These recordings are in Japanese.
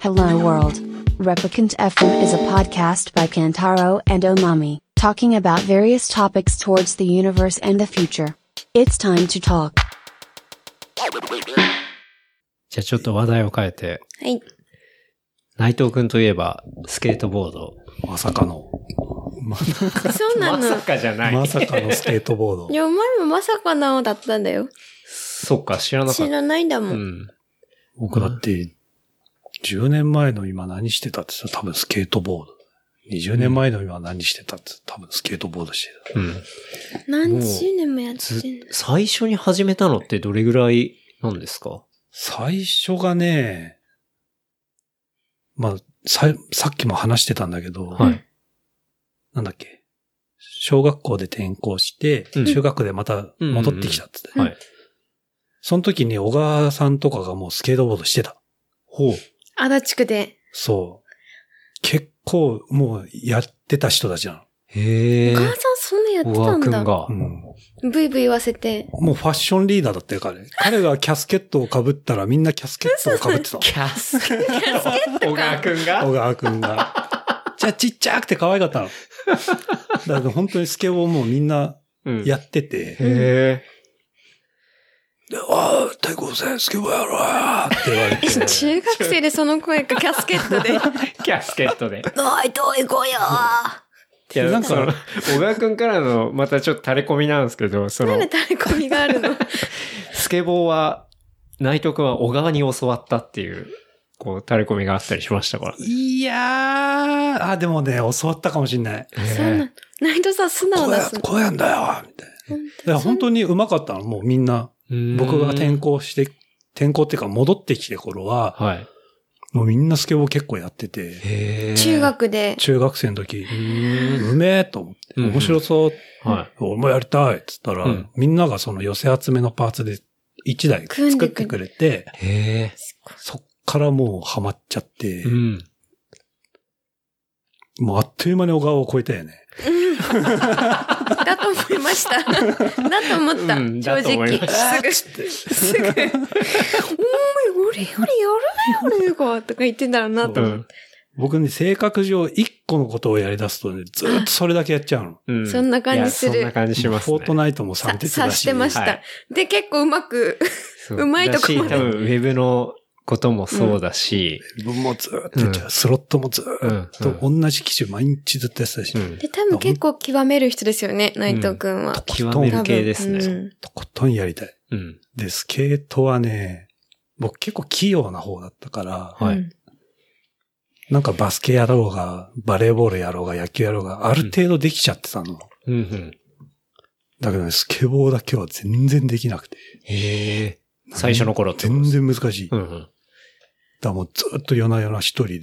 Hello World. Replicant FM is a podcast by Kantaro and Omami, talking about various topics towards the universe and the future. It's time to talk. じゃあちょっと話題を変えて、はい。内藤くんといえば、スケートボード。まさかの。まそうなまの。さかじゃない。まさかのスケートボー ドい。や、お前もまさかなおだったんだよ。そっか、知らなかっ知た。らないんだも。うんん。僕だって、10年前の今何してたって言ったら多分スケートボード。20年前の今何してたって言ったら多分スケートボードしてた。うん。何十年もやってんず。、だ最初に始めたのってどれぐらいなんですか最初がね、まあ、さ、さっきも話してたんだけど、はい。なんだっけ。小学校で転校して、うん中学でまた戻ってきたって言って、うんはい。その時に小川さんとかがもうスケートボードしてた。ほう。足立区で。そう。結構、もう、やってた人たちなへえ。お母さんそんなやって小た川んくんがだ。の。う。ん。ブイブイ言わせて。もうファッションリーダーだったよ、彼。彼がキャスケットを被ったらみんなキャスケットを被ってた。キャスケット。小川くん小が川くんが。じゃあちっちゃくて可愛かったの。だから本当にスケボーもうみんなうんやってて、へえ。ああ、太鼓戦スケボーやろーって言われて。中学生でその声かキャスケッ トで。キャスケットで。おい、どういう声よいや、ななんんかか、小川くんからの、またちょっと垂れ込みなんですけど、そなんので、垂れ込みがあるのスケボーは、内藤くんは小川に教わったっていう、こう、垂れ込みがあったりしましたから。いやー、あ、でもね、教わったかもしんない。そうなの。ナイトさん素こ直うだやす。、こうやんだよみたいな。だから本当に上手かったの、もうみんな。僕が転天校して、転校っていうか戻ってきて頃は、はい。もうみんなスケボー結構やってて、へ中。学で。中学生の時う、ーんうめえと思って、うんうん面白そう、は俺もやりたいっつったら、うんみんながその寄せ集めのパーツで1台組んでく作ってくれて、い。へそっからもうハマっちゃって、え。うん。もうあっという間に小川を超えたよね。うん。だと思いま した。だと思った。うん正だと思いま直。すぐ、すぐ。お前、俺よりやるなよ、俺が。とか言ってんだろうなと思って。僕ね、性格上1個のことをやり出すとね、ずっとそれだけやっちゃうの。うんそんな感じするいやそんな感じしますフね。ォートナイトもさ3徹だ察し。してました。はいで、結構うまく。そうまいとこまでだし多分、ウェブのこともそうだし、自分もずーっとやっちゃう、スロットもずーっと同じ機種毎日ずっとやってたし、うん。で、多分結構極める人ですよね、内藤くんは。極め多る分系ですうね。んとことんやりたい。うん。で、スケートはね、僕結構器用な方だったから、はいうんなんかバスケやろうが、バレーボールやろうが、野球やろうが、ある程度できちゃってたの。うんうん。だけどね、スケボーだけは全然できなくて。へえ。最初の頃ってこと全です。然難しい。うだんかうん。らもうずーっと夜な夜な一人で、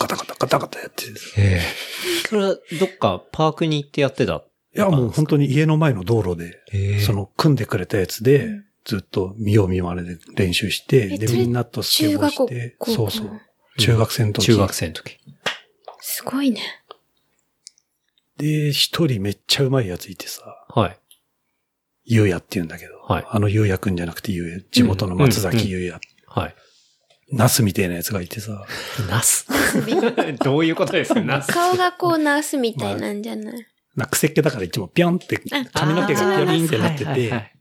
ガタガタガタガタやっててへえ。それは、どっかパークに行ってやってたいや、もう本当に家の前の道路で、へその組んでくれたやつでうん、ずっと見よう見まねで練習して、えで、それみんなとスケ中ボー学し校て、高校そうそう。中学生の時。中学生の時。すごいね。で、一人めっちゃうまいやついてさ、はい。ゆうやって言うんだけど、はいあのゆうやくんじゃなくてゆうや、地元の松崎ゆうや、はい。ナスみたいなやつがいてさ、ナス。 どういうことですか、ナス。顔がこう直すみたいなんじゃない、な、癖っ気だからいつもピョンってあ髪の毛がピョリンってなってあーはいはいはて、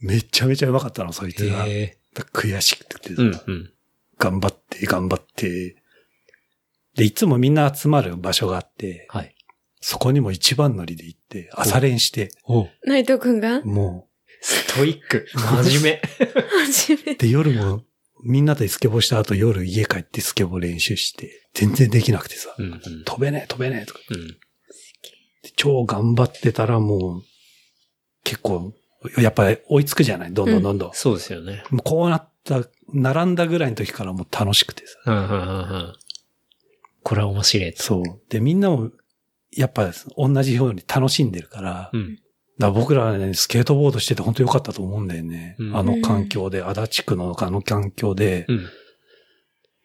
めちゃめちゃうまかったの、そいつがい。。へえ。だから悔しくてさ、うんうん。頑張って、頑張って、で、いつもみんな集まる場所があって、はい。そこにも一番乗りで行って、朝練して、お内藤くんがもストイック。真面初めう、で、夜も、みんなでスケボーした後、夜家帰ってスケボー練習して、全然できなくてさ、目。うんうん。飛べねえ、飛べねえとか、うん。で超頑張ってたらもう、結構、やっぱり追いつくじゃないどんどんどんどん。そうですよね。もうこうなった、並んだぐらいの時からもう楽しくてさ。うんうんうんうん。これは面白いと。そう。で、みんなも、やっぱ同じように楽しんでるから、うん。だから僕らね、スケートボードしてて本当良かったと思うんだよね。うんあの環境で、足立区のあの環境で、うん。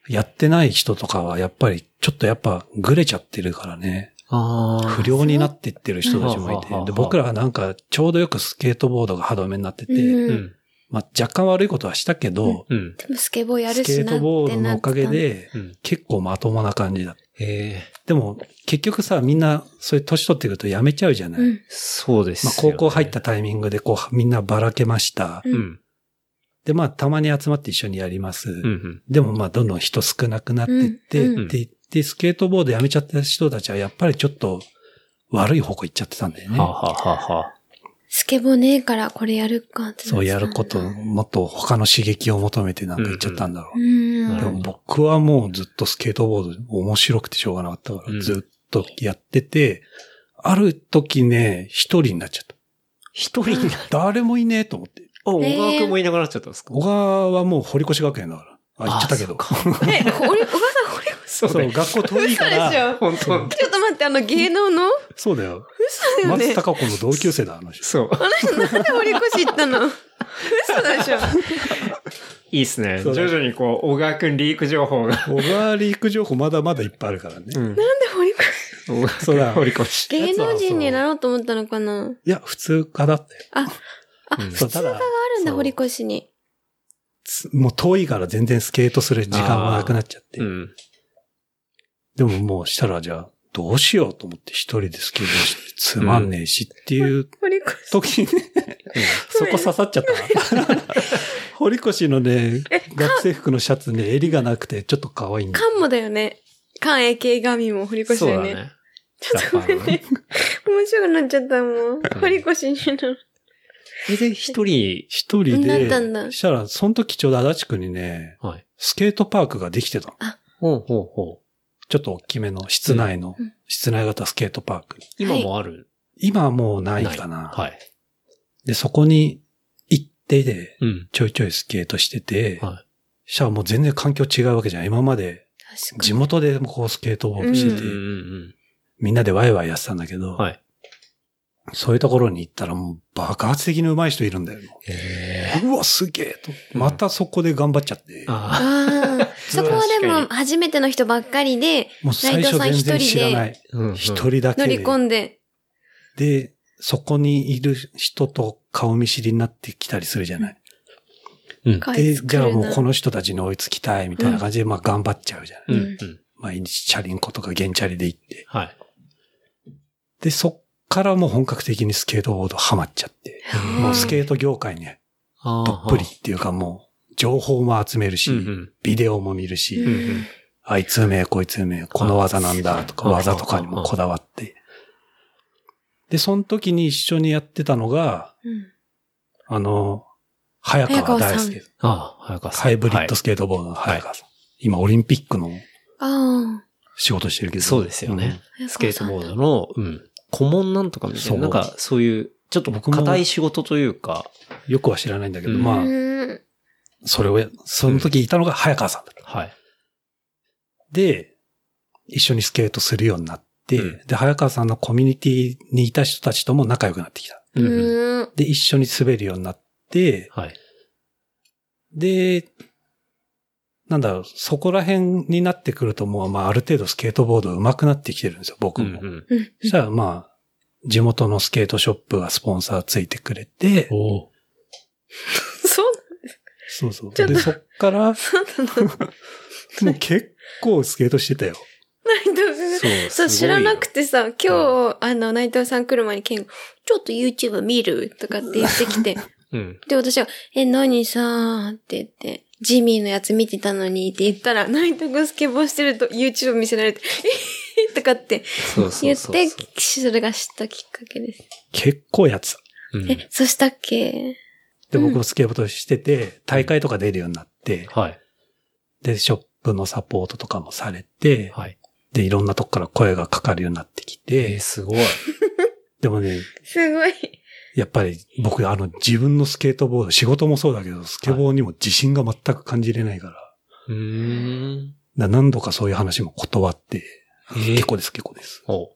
やってない人とかはやっぱり、ちょっとやっぱぐれちゃってるからね。ああ。不良になってってる人たちもいうんて。で、僕らはなんかちょうどよくスケートボードが歯止めになってて、うんうん。まあ若干悪いことはしたけど、うん。でもスケボーやるスしなってなケートボードのおかげってでうん。結構まともな感じだ。ええでも結局さ、みんなそういう年取ってくるとやめちゃうじゃたない。の。うん。そうですまよあね、高校入ったタイミングでこうみんなばらけました。う。うんん。でまあたまに集まって一緒にやります。うん。うん。でもまあどんどん人少なくなってって、うんうんって言って、スケートボードやめちゃった人たちはやっぱりちょっと悪い方向行っちゃってたんだよね。はあ、はあはあはあスケボーねえからこれやるかってなってたんだそうやること、もっと他の刺激を求めてなんか行っちゃったんだろう。うん。なるほどでも僕はもうずっとスケートボード面白くてしょうがなかったから、うんずっとやってて、ある時ね、一人になっちゃった。一人にな、あ、誰もいねえと思って。小ええ川くんもいなくなっちゃったんですか小川はもう堀越学園だから。あ、行っちゃったけど。え、おり、おばさん、おり、そ そうだよ。学校遠いか嘘でしら。ょ本当ちょっと待って、あの芸能のそうだよ。嘘だよ松ねた。か子の同級生だ、あの人。そう。なんで堀越行ったの嘘でしょいいっすね。そう徐だ々にこう、小川くんリーク情報が。小川陸情報まだまだいっぱいあるからね。うん。なんで堀越小川そうだくん、堀越。芸能人になろうと思ったのかないや、普通科だったあ、よ。あ、うん普通科があるんだ、そう堀越に。つもう遠いから全然スケートする時間もなくなっちゃってう。ん。でももうしたらじゃあ、どうしようと思って一人でスケートしてつまんねえしっていう堀越。時に、そこ刺さっちゃったな。 堀越のね、学生服のシャツね、襟がなくてちょっと可愛いんだ。関もだよね。関 AK 神も堀越そだうだよね。ね。ちょっとごめんね。面白くなっちゃったもん。堀越になる。え、で、一人、一人なでったんだ、したら、その時ちょうど足立区にね、はい。スケートパークができてたの。ほうほうほう。ちょっと大きめの室内のうんうん、室内型スケートパーク。今もある今はもうないかな。はい。で、そこに行ってで、うん。ちょいちょいスケートしてて、はしたらもう全然環境違うわけじゃん。今まで確か地に。元でこうスケートボードい。してうんて、うんみんなでワイワイやってたんだけうど、ん。はい。そういうところに行ったらもう爆発的に上手い人いるんだよ。ええ。うわ、すげえと。またそこで頑張っちゃって。あああ、そこはでも初めての人ばっかりで、もう最初全然知らない。あ。うん一人だけ乗で。り込んで。で、そこにいる人と顔見知りになってきたりするじゃない。かわいで、いじゃあもうこの、の人たちに追いつきたいみたいな感じで、まあ頑張っちゃうじゃない。うんうん。毎日チャリンコとかゲンチャリで行って。はい。で、そっからもう本格的にスケートボードハマっちゃって。うんもうスケート業界にねあーどっぷりっていうかもう、情報も集めるし、うんうん。ビデオも見るし、うんうんあいつうめえ、こいつうめえ、この技なんだとか、うん技とかにもこだわって。で、その時に一緒にやってたのが、うんあの、早川大輔。ああ、早川さん。ハイブリッドスケートボードの早川さん。今、オリンピックのあ仕事してるけど。そうですよね。あ。スケートボードの。の、うん。顧問なんとかみたいそうな、なんかそういう、ちょっと僕も硬い仕事というか、うんよくは知らないんだけど、うんまあ、うんそれをや、その時いたのが早川さんだった。はい。で、一緒にスケートするようになって、うんで、早川さんのコミュニティにいた人たちとも仲良くなってきた。うんうん。うん。で、一緒に滑るようになって、はい。で、なんだろう、そこら辺になってくるともう、まあ、ある程度スケートボード上手くなってきてるんですよ、僕うも。んうん。 うんそしたら、まあ、地元のスケートショップがスポンサーついてくれて、おーそう、そうそう。ちょっとで、そっから、そうなの。もう結構スケートしてたよ。内藤さんそうそう、す知ごいよらなくてさ、今日、あの、内藤さん来る前にケン、ちょっと YouTube 見るとかって言っ てきて。うん。で、私が、え、何さーって言って、ジミーのやつ見てたのにって言ったら、内藤がスケボーしてると YouTube 見せられて、えーとかってそうそ言うっそうそう。て、それが知ったきっかけです。結構やつ。うんえ、そうしたっけで、うん僕もスケボードしてて、大会とか出るようになって、はい。で、ショップのサポートとかもされて、はい。で、いろんなとこから声がかかるようになってきえー、て、すごい。でもね、すごい。やっぱり僕、あの、自分のスケートボード、仕事もそうだけど、スケボーにも自信が全く感じれないから、うーん。な何度かそういう話も断って、え結構です、結構です。お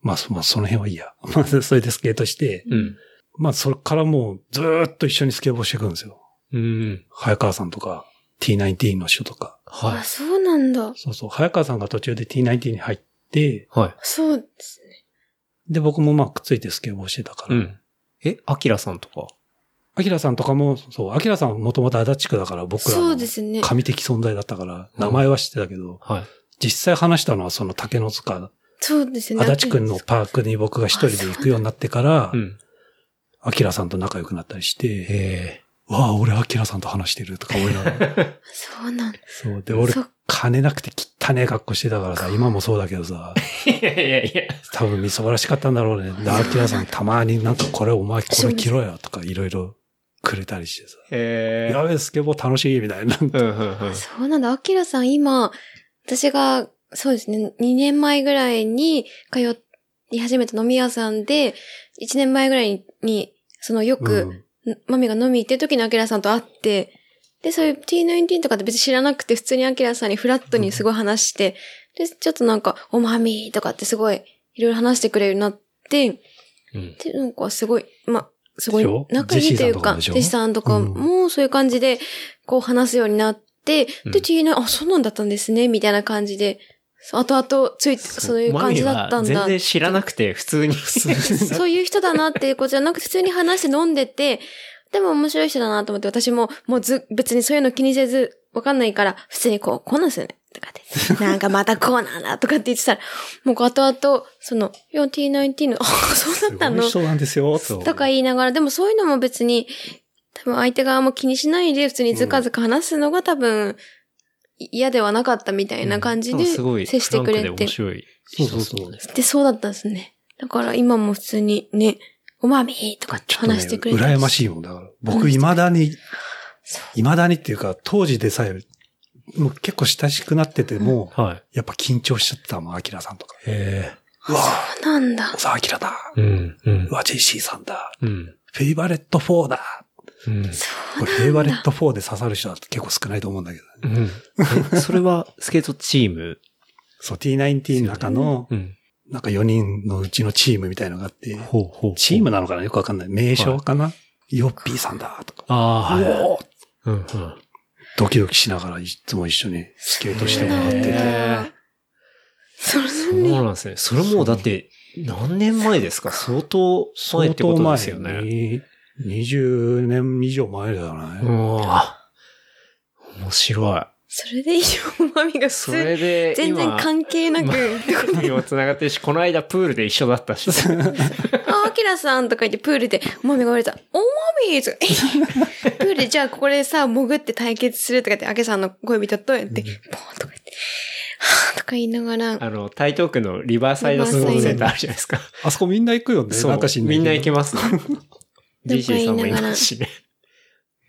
まあ、そまあ、その辺はいいや。 まあ、それでスケートして、うん。まあ、それからもうずーっと一緒にスケボーしていくんですよ。うん。早川さんとか、T19 の人とか。はあ、い。そうなんだ。そうそう。早川さんが途中で T19 に入って、はい。そうですね。で、僕もまあ、くっついてスケボーしてたから。うん。え、アキラさんとかアキラさんとかも、そう、アキラさんはもともと足立区だから僕らそのうですね。神的存在だったから、名前は知ってたけど、はい。実際話したのはその竹の塚、そうですね。足立区のパークに僕が一人で行くようになってからう、ん。アキラさんと仲良くなったりして、えわあ、俺アキラさんと話してるとか思いながら。 そうなんだ。そう。で、俺そっ、金なくて汚ねえ格好してた からさ、今もそうだけどさ、えいやいやいや。多分みそばらしかったんだ ろうね。で、アキラさんたまになんかこれお前これ着ろよとかいろいろくれたりしてさ、えやべえ、スケボー楽しいみたいな。うんうんうん。そうなんだ。アキラさん今、私が、そうですね、2年前ぐらいに通い始めた飲み屋さんで、1年前ぐらいに、そのようく、ん。マミが飲み行ってる時にアキラさんと会って、で、そういう T19 とかって別に知らなくて、普通にアキラさんにフラットにすごい話して、で、ちょっとなんか、おまみとかってすごい、いろいろ話してくれるようになって、うんで、なんかすごい、ま、すごいでしょ仲いいというか、ジジェェシシさんとかもそういう感じで、こう話すようになって、うんで、T9、あ、そうなんだったんですね、みたいな感じで、そう後々ついて、そういう感じだったんマミはだ全。然知らなくて、普通に。 そういう人だなっていうことじゃなくて、普通に話して飲んでて、でも面白い人だなと思って、私も、もうず、別にそういうの気にせず、わかんないから、普通にこう、こうなんですよね。とかって。なんかまたこうなんだとかって言ってたら、もう後々、その、いや T19 の、あ、 そうだったのそうなんですよ、そうとか言いながら、でもそういうのも別に、多分相手側も気にしないで、普通にずかずか話すのが多分、嫌ではなかったみたいな感じで、すごい接してくれフランクでて面。白い。そうそうそう。で、そうだったんですね。だから今も普通にね、おまみとかってちょっとね話してくれたり羨ましいもんだから。僕、未だに、未だにっていうか、当時でさえ、もう結構親しくなってても、はい。やっぱ緊張しちゃってたもん、アキラさんとか。えうわぁ、そうなんだ小。沢アキラだ。えうん、うんう。わ、JC さんだ。うん。フェイバレット4だ。うん。そうこれフェイバなんレッだ。ト4で刺さる人は結構少ないと思うんだけど。うん。え それは、スケートチーム。そう、T19 の中の、ん。なんか4人のうちのチームみたいのがあって、ほうほう。チームなのかなよくわかんない。名称かな、ヨッピーさんだとか。ああ、はい。おーうん、うん。ドキドキしながらいつも一緒にスケートしてもらってへて。ーそれそうなんですね。それもうだって、何年前ですか相当前ってことですよね。に、20年以上前だよね。うわぁ面白い。それで以上、おまみが普そ通に、れで全今、然関係なく、まあってことにも繋がってるし、この間プールで一緒だ ったし。あ、アキラさんとか言ってプールで、おまみが言われた。おまみとか えプールでじゃあここでさ、潜って対決するとかって、アキさんの恋人とやって、ポーンとか言って、はぁとか言いながら、あの、台東区のリバーサイドスポーツセンターあるじゃないですか。あそこみんな行くよね。そうなんかしみんな行けけ ますね。どこ DC さんも言いいながらますしね。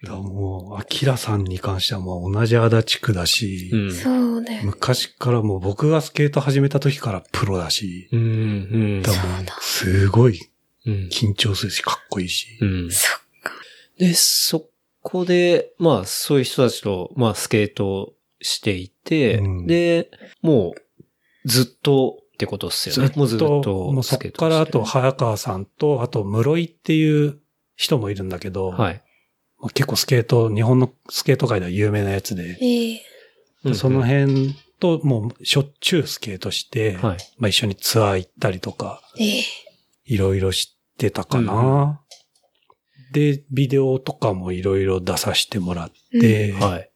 もう、アキラさんに関してはもう同じ足立区だし、うん。そうだよね。昔からもう僕がスケート始めた時からプロだし、うん、うんだからもうすごいうん。緊張するし、かっこいいし。うん。そっか。で、そこで、まあ、そういう人たちと、まあ、スケートをしていて、うんで、もう、ずっとってことっすよね。もうずっともうそスケーっトしてからあと、早川さんと、あと室井っていう人もいるんだけど、はい。まあ結構スケート、日本のスケート界では有名なやつで、ええその辺、辺ともうしょっちゅうスケートして、はい。まあ一緒にツアー行ったりとか、ええいろいろ知ってたかな。で、ビデオとかもいろいろ出させてもらって、はい。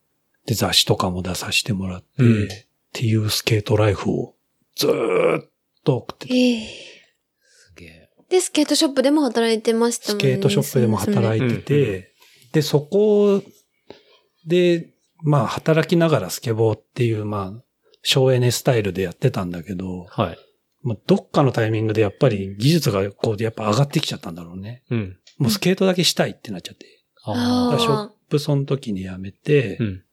で、雑誌とかも出させてもらって、うんっていうスケートライフをずーっと送ってて、ええすげえ。で、スケートショップでも働いてましたもスんね。ケートショップでも働いてそうて、ですで、そこで、まあ、働きながらスケボーっていう、まあ、省エネスタイルでやってたんだけど、はい。まあ、どっかのタイミングでやっぱり技術がこう、やっぱ上がってきちゃったんだろうね。うん。もうスケートだけしたいってなっちゃって。あだからショあップその時に辞めて、うん。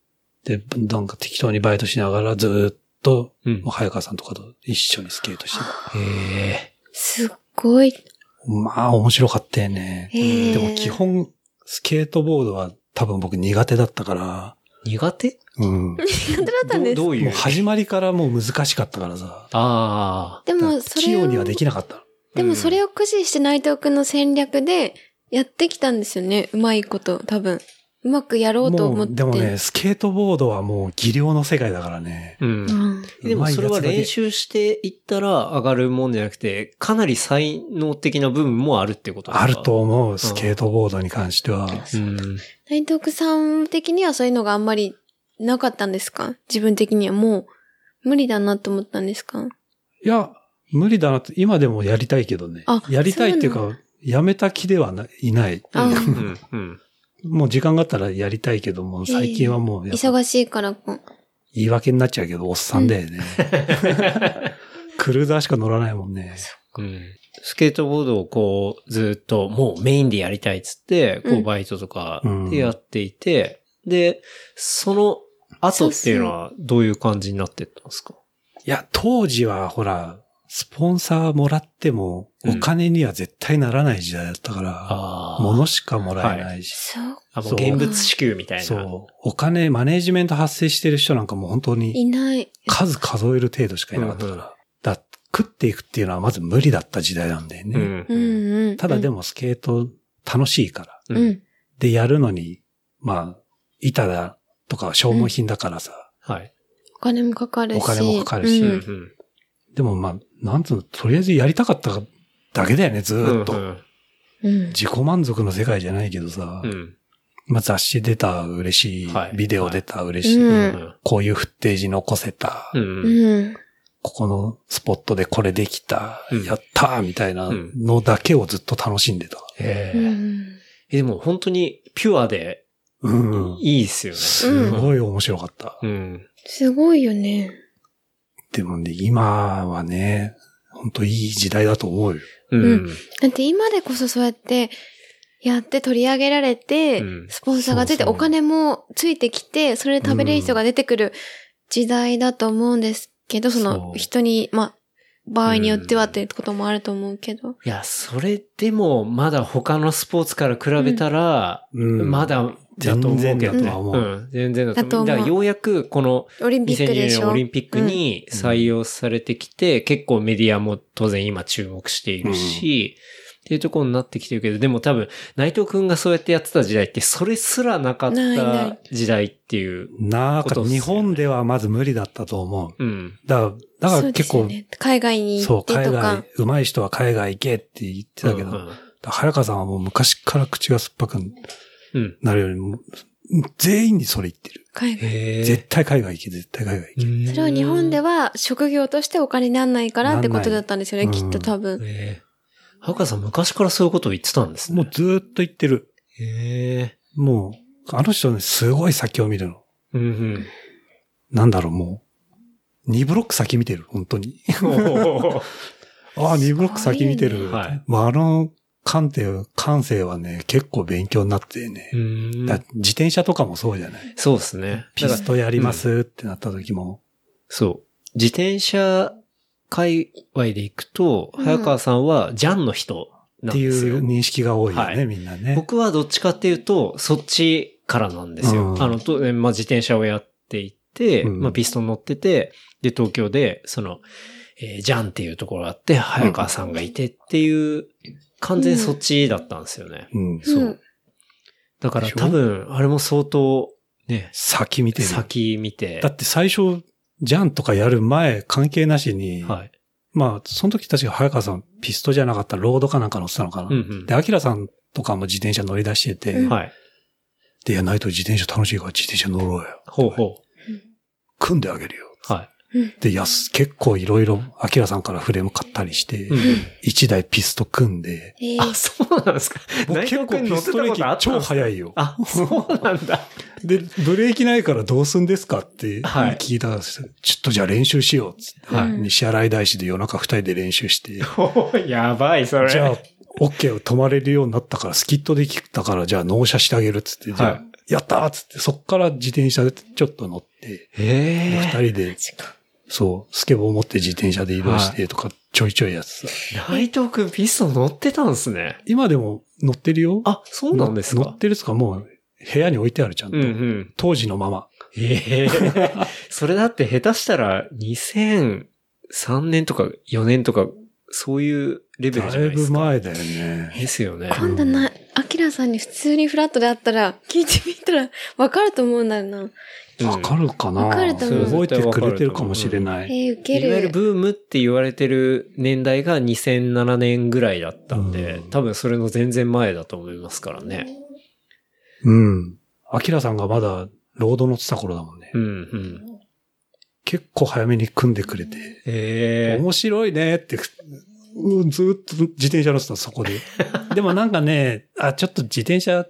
で、なんか適当にバイトしながらずーっと、うんもう。早川さんとかと一緒にスケートしてた。へすっごい。まあ、面白かったよね。ええでも基本、スケートボードは多分僕苦手だったから、え。苦手う本ん。当だったんです。どうどういもうう始まりからもう難しかったからさ。あでも、そ器れ用を、にはできなかった。でもそれを駆使して内藤くんの戦略でやってきたんですよね。うまいこと、多分。うまくやろうと思もっう、て。でもね、スケートボードはもう技量の世界だからね。うんう。ん。でもそれはうまいや練つだ習していったら上がるもんじゃなくて、かなり才能的な部分もあるってことけあると。思う、スケートボードに関しては。うん。内藤さん的にはそういうのがあんまりなかったんですか自分的にはもう無理だなと思ったんですかいや、無理だなって、今でもやりたいけどねあ。やりたいっていうそうなか、やめた気ではないない。あうーん。うん。もう時間があったらやりたいけども、最近はもうやっぱ忙しいからこう。言い訳になっちゃうけど、おっさんだよね。 クルーザーしか乗らないもんね。うんスケートボードをこう、ずっともうメインでやりたいっつって、こううんバイトとかうんでやっていて、で、その後っていうのはどういう感じになってったんですかいや、当時はほら、スポンサーもらっても、うんお金には絶対ならない時代だったから、あ物しかもらえないし。そう。あ、もうそう現物支給みたいな。そう。お金、マネージメント発生してる人なんかもう本当いにない。数数える程度しかいなかったから。だ食っていくっていうのはまず無理だった時代なんだよね。ん。うんうん。ただでも。もスケート楽しいから。う。うんん。で、やるのに、まあ、板だとか消耗品だからさ。はい。お金もかかるし。お金もかかるしううんんうん。でもまあ、なんつうの、とりあえずやりたかっただけだよね、ずーっと。うんうん。自己満足の世界じゃないけどさ、うん。まあ雑誌出た嬉しい、はいビデオ出た嬉しい、うんこういうフッテージ残せた、うん。うん。うん。ここのスポットでこれできた、うんやったーみたいなうんのだけをずっと楽しんでた。えうえん。えでも本当にピュアでうん。いいっすよね。すごい面白かった。うん。すごいよね。でもね、今はね、本当いい時代だと思うよ。う。うんだって今でこそそうやって、やって取り上げられて、うんスポンサーがついて、そうそうお金もついてきて、それで食べれる人が出てくる時代だと思うんですけど、そそのう人に、まあ、場合によってはってこともあると思うけど。いや、それでもまだ他のスポーツから比べたら、うんまだだと思うけど全然ね。だと思う、うん全然だと思う。だだと思うからようやくこのオリンピック2020でし年オょリンピックに採用されてきて、結構メディアも当然今注目しているし、っていうところになってきてるけど、でも多分、内藤くんがそうやってやってた時代って、それすらなかっないなたい時代っていう。なんことかっすよね日本ではまず無理だったと思う。うん。だから、だから結そ構うですよね海外に行そっう、て海と外か。、上手い人は海外行けって言ってたけど、うだんから早川さんはもう昔から口が酸っぱくうん。なるよりも、全員にそれ言ってる。海外へ絶対海外行け、絶対海外行それは日本では。は職業としてお金になんないからってことだったんですよね、なんないきっと多分。ええ。はかさん昔からそういうことを言ってたんですけ。ね。もうずーっと行ってる。へえ。もう、あの人ね、すごい先を見るの。うん なんだろう、もう。2ブロック先見てる、本当 に。うん。おーああ、2ブロック先見てる。はいまあ、あの、感性、感性はね、結構勉強になってね。うんだ自転車とかもそうじゃない。そうですね。ピストやりますってなった時も。そう。自転車界隈で行くと、うん早川さんはジャンの人っなてんいですよ。う認識が多いよね、はいみんなね。僕はどっちかっていうと、そっちからなんですよ。うんあの、とまあ、自転車をやっていて、うんまあ、ピストン乗ってて、で、東京で、その、えージャンっていうところがあって、早川さんがいてっていう、完全にそっちだったんですよね。うん。そううんだからでしょ多分、あれも相当、ね、先見てる。先見てだ、って最初、ジャンとかやる前、関係なしに、はい。まあ、その時確か早川さん、ピストじゃなかった、ロードかなんか乗ってたのかな。うんで、アキラさんとかも自転車乗り出してて、うん。はい。で、いや、ないと自転車楽しいから自転車乗ろうよ。ほうほ組んであげるよ。う。はい。で、やす、結構いろいろ、アキラさんからフレーム買ったりして、うんうん一、台ピスト組んで、ええあ、そうなんですか。僕内結藤構君ピ乗っスてトた歴ことあったん超ですか早いよ。あ、そうなんだ。で、ブレーキないからどうすんですかってはい聞いたら、ちょっとじゃあ練習しようっつって、はい西新井大師で夜中二人で練習して、じ おやばい、それ。ゃあ、OK を止まれるようになったから、スキットできたから、じゃあ納車してあげるっつって、じゃあ、はいやったーっつって、そっから自転車でちょっと乗って、へで二え。人で、そう、スケボー持って自転車で移動してとか、ちょいちょいやってた。内藤君ピストン乗ってたんですね。今でも乗ってるよ。あ、そうなんです乗かっ。てるっつうか、もう部屋に置いてあるちゃんと。うんうん。当時のまま。へえ。 それだって下手したら2003年とか4年とか、そういうレベルだじゃないいですぶか。前だよね。ですよね。今度な、明キラさんに普通にフラットで会ったら、聞いてみたら、わかると思うんだよな。うんわかるかなわかると思う覚えてくれてるかもしれない。えー、ウケいわゆるる。ブームって言われてる年代が2007年ぐらいだったんで、うん多分それの全然前だと思いますからね。うん。アキラさんがまだ、ロード乗ってた頃だもんね。うんうん。結構早めに組んでくれて、え面白いねって、うんずーっと自転車乗ってた、そ こで。でもなんかね、あ、ちょっと自転車、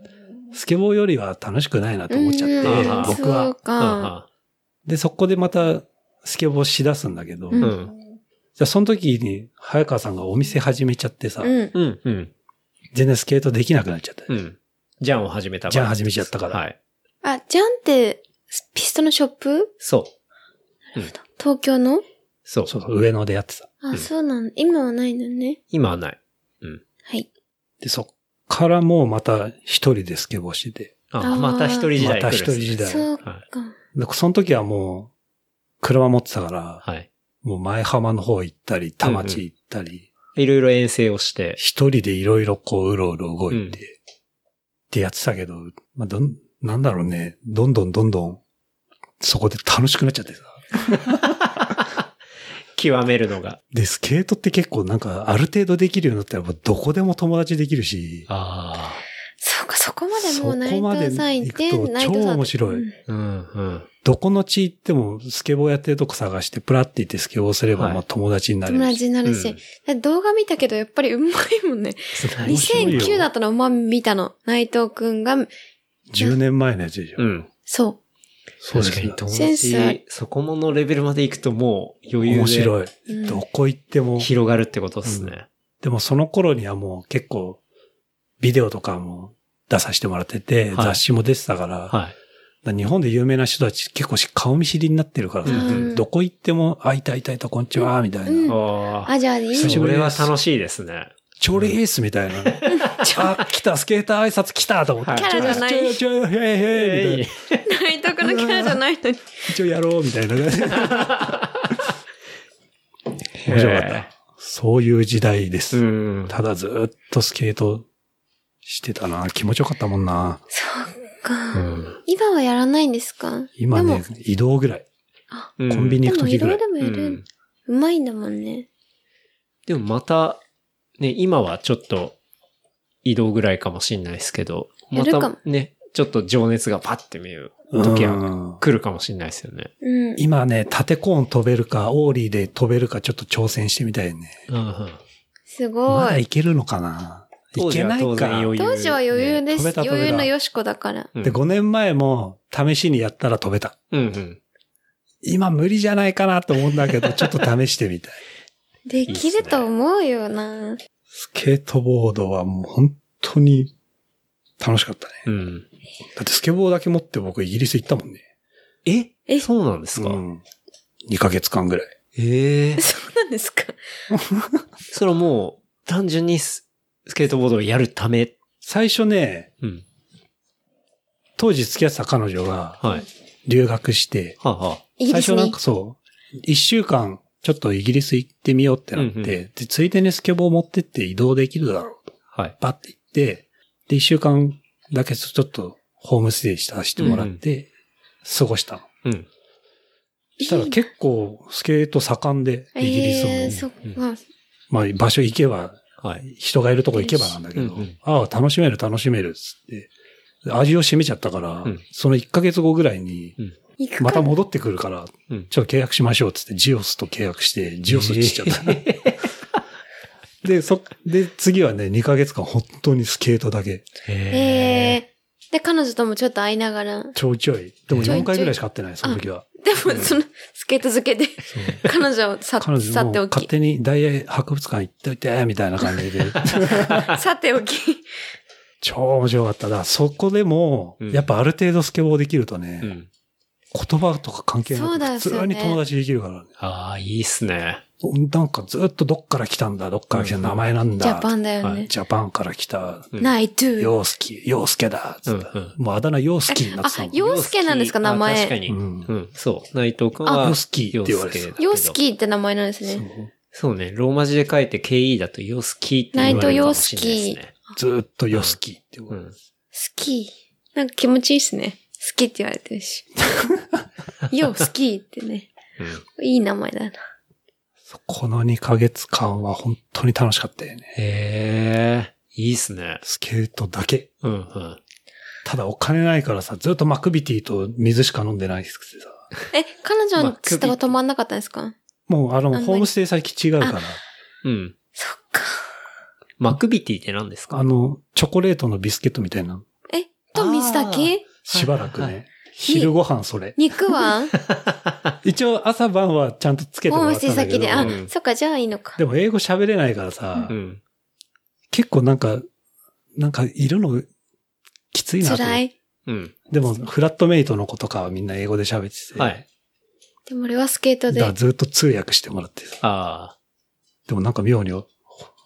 スケボーよりは楽しくないなと思っちゃって、うんうん僕そうは。ー、か。はで、そこでまた、スケボーしだすんだけど、うあんはじあうん。ゃあその時に、早川さんがお店始めちゃってさ、うん。うんうん。全然スケートできなくなっちゃって。うん。ジャンを始めたから。ジャン始めちゃったからはい。あ、ジャンって、ピストのショップそう。東京のそう。そうそう、上野でやってた。あ、うんそうなんだ。今はないんだね。今はない。はい。で、そっからもうまた一人でスケボーしてて。あ、あーまた一人時代来るまた一人時代。そうか。はでその時はもう、車持ってたから、はい。もう前浜の方行ったり、田町行ったり、いろいろ遠征をして。一、人でいろいろこう、うろうろ動いて、ってやってたけど、まあ、どん、なんだろうね、どんどんどんどん、そこで楽しくなっちゃってさ。極めるのが。で、スケートって結構なんか、ある程度できるようになったら、もうどこでも友達できるし、あそうか、そこまでそもうこ内まで藤さんい行くて、と内超藤さん。面白い。うんあ。うんうん。どこの地行っても、スケボーやってるとこ探して、プラって行ってスケボーすれば、はいまあ友達になれる友し。達になるし。動画見たけど、やっぱりうまいもんね。面白いよ2009だったの、まあ見たの。内藤くんが、 10年前のやつでしょ。うん。そそうで確すかねに。友センスある達、そこものレベルまで行くともう余裕で。面白い。う。うんどこ行っても。広がるってことですね。でもその頃にはもう結構、ビデオとかも出させてもらってて、はい雑誌も出てたから、だかはい。ら日本で有名な人たち結構し顔見知りになってるからさ、うんうんどこ行っても、あ、いたいたいた、こんにちは、みたいな。うんああ。あ、じゃあいい久しそぶりれではす楽しいですね。チョリースみたいな。あ、来た、スケーター挨拶来たと思って。はいキャラじゃないちょちょ、ちょへいへいみたいな。内藤くんのキャラじゃないのに。一応やろう、みたいな感じ。面白かっへえた。そういう時代でうす。ん。ただずっとスケートしてたな。気持ちよかったもんな。そうか。う今はやらないんですか今ね、移動ぐらい。ん。コンビニで行も、でくも時移ぐ動らいで。もやうるん。うまいんだもんね。でもまた、ね、今はちょっと移動ぐらいかもしんないですけど、まやるかたもね、ちょっと情熱がパッて見えるうん時は来るかもしんないですよね。うん。今ね、縦コーン飛べるか、オーリーで飛べるか、ちょっと挑戦してみたいね。うんうんすまごだい。いけるのかな当い時けはない当然か。余裕。当時は余裕ねです。ね飛べた飛べた余裕のよしこだから。うんで、5年前も試しにやったら飛べた。うんうん。今無理じゃないかなと思うん だけど、ちょっと試してみたい。でいっすきねると思うよな。 スケートボードはもう本当に楽しかったね。うん。だってスケボーだけ持って僕イギリス行ったもんね。ええそうなんですか、ん。2ヶ月間ぐらい。ええそうなんですか。それはもう、単純にススケートボードをやるため。最初ね、うん。当時付き合ってた彼女がはい。留学して、はあ、はイギ最リス初なんにか。そう、1週間ちょっとイギリス行ってみようってなって、うんうんで、ついでにスケボー持ってって移動できるだろうと。あ、はい。バッて行って、で、1週間だけちょっとホームステイしたしてもらって、過ごしたの。うん。したら結構スケート盛んで、イギリスも。えー、そっか。まあ、場所行けば、はい。人がいるとこ行けばなんだけど、うんうんああ、楽しめる楽しめるっつって、味を占めちゃったから、うんその1ヶ月後ぐらいに、行くか。また戻ってくるから、うんちょっと契約しましょうっつって、ジオスと契約して、ジオスしち ゃった。 で、そ、で、次はね、2ヶ月間本当にスケートだけ、えええー。で、彼女ともちょっと会いながら。でちょいちょい。でもちょいちょい4回ぐらいしか会ってない、その時は。も、その、スケート漬けで、彼女をさ彼去女っもてお勝き。手に大英博物館行っといて、みたいな感じ で。去っておき。超面白かった。だからそこでも、うんやっぱある程度スケボーできるとね、うん。言葉とか関係そうだなよく普通に友達できるからね。ああ、いいっすね。なんかずっとどっから来たんだ、どっから来たうん名前なんだ。ジャパンだよはねい。ジャパンから来た、うんナイトゥー。洋介、洋介だ、つっうてんうんもうあだ名洋介になってたあもん、。洋介なんですか、名あ確か前。に。ううんん、そう。内藤くんは。あヨスキーって言われてたヨスケだけど洋。介って名前なんですね。そうね。ローマ字で書いて KE だとヨスキーって言われるかもしれないですね。ずっとよ好きっていううことん。スキー。なんか気持ちいいっすね。好きって言われてる し。よ、スキーってね。いい名前だな。この2ヶ月間は本当に楽しかったよね。へえ、いいっすね。スケートだけ。うん、うん。ただお金ないからさ、ずっとマクビティと水しか飲んでないですけどさ。え、彼女まあのツタが止まんなかったんですかもうあんまの、りホームステイ先違うから、うん。そっか。マクビティって何ですかあの、チョコレートのビスケットみたいな、え、と水だけしばらくはいはいね、昼ご飯それ。肉 は一応朝晩はちゃんとつけてホもーらムっスたテイんだけ先どで。、あう、んそっか、じゃあいいのかで。も英語喋れないからさう、ん。結構なんか、なんかいるのきついなと思って辛い。うん。でも、フラットメイトの子とかはみんな英語で喋ってて。はい。でも俺はスケートだでから。ずっと通訳してもらってさあでもなんか妙にホ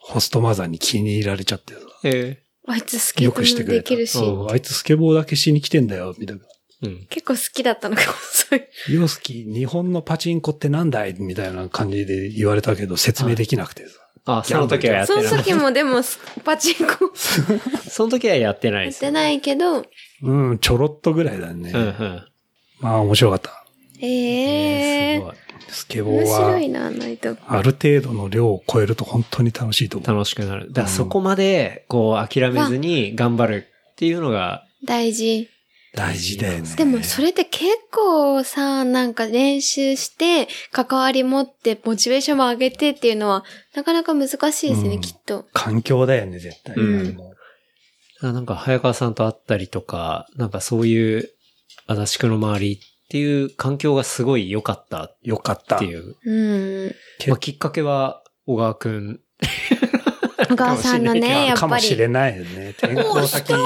ホストマザーに気に入られちゃってさあ。えあいつスケーよトくしてもくれでた。きるし、うんあいつスケボーだけしに来てんだよ、みたいな。え。うん。結構好きだったのかも、そういう。ヨスキ、日本のパチンコってなんだいみたいな感じで言われたけど、説明できなくてさ。あ、その時はやってそのない。時もでも、パチンコ その時はやってないやでっす。てないけど、うん、ちょろっとぐらいだね。うん、うん。まあ面白かった。ええすごい。スケボ面ー白いは、な、ナイト。ある程度の量を超えると本当に楽しいと思う。楽しくなる。だからうんそこまで、こう、諦めずに頑張るっていうのが、大事。大事だよね。でもそれって結構さ、なんか練習して、関わり持って、モチベーションも上げてっていうのは、なかなか難しいですね、うんきっと。環境だよね、絶対。うんもあなんか早川さんと会ったりとか、なんかそういう、足立区の周りっていう環境がすごい良かったっうよかった。ていう。うん。けまあ、きっかけは、小川くん。お母さんのね、やっかぱもり。しれないよね。転校先、こ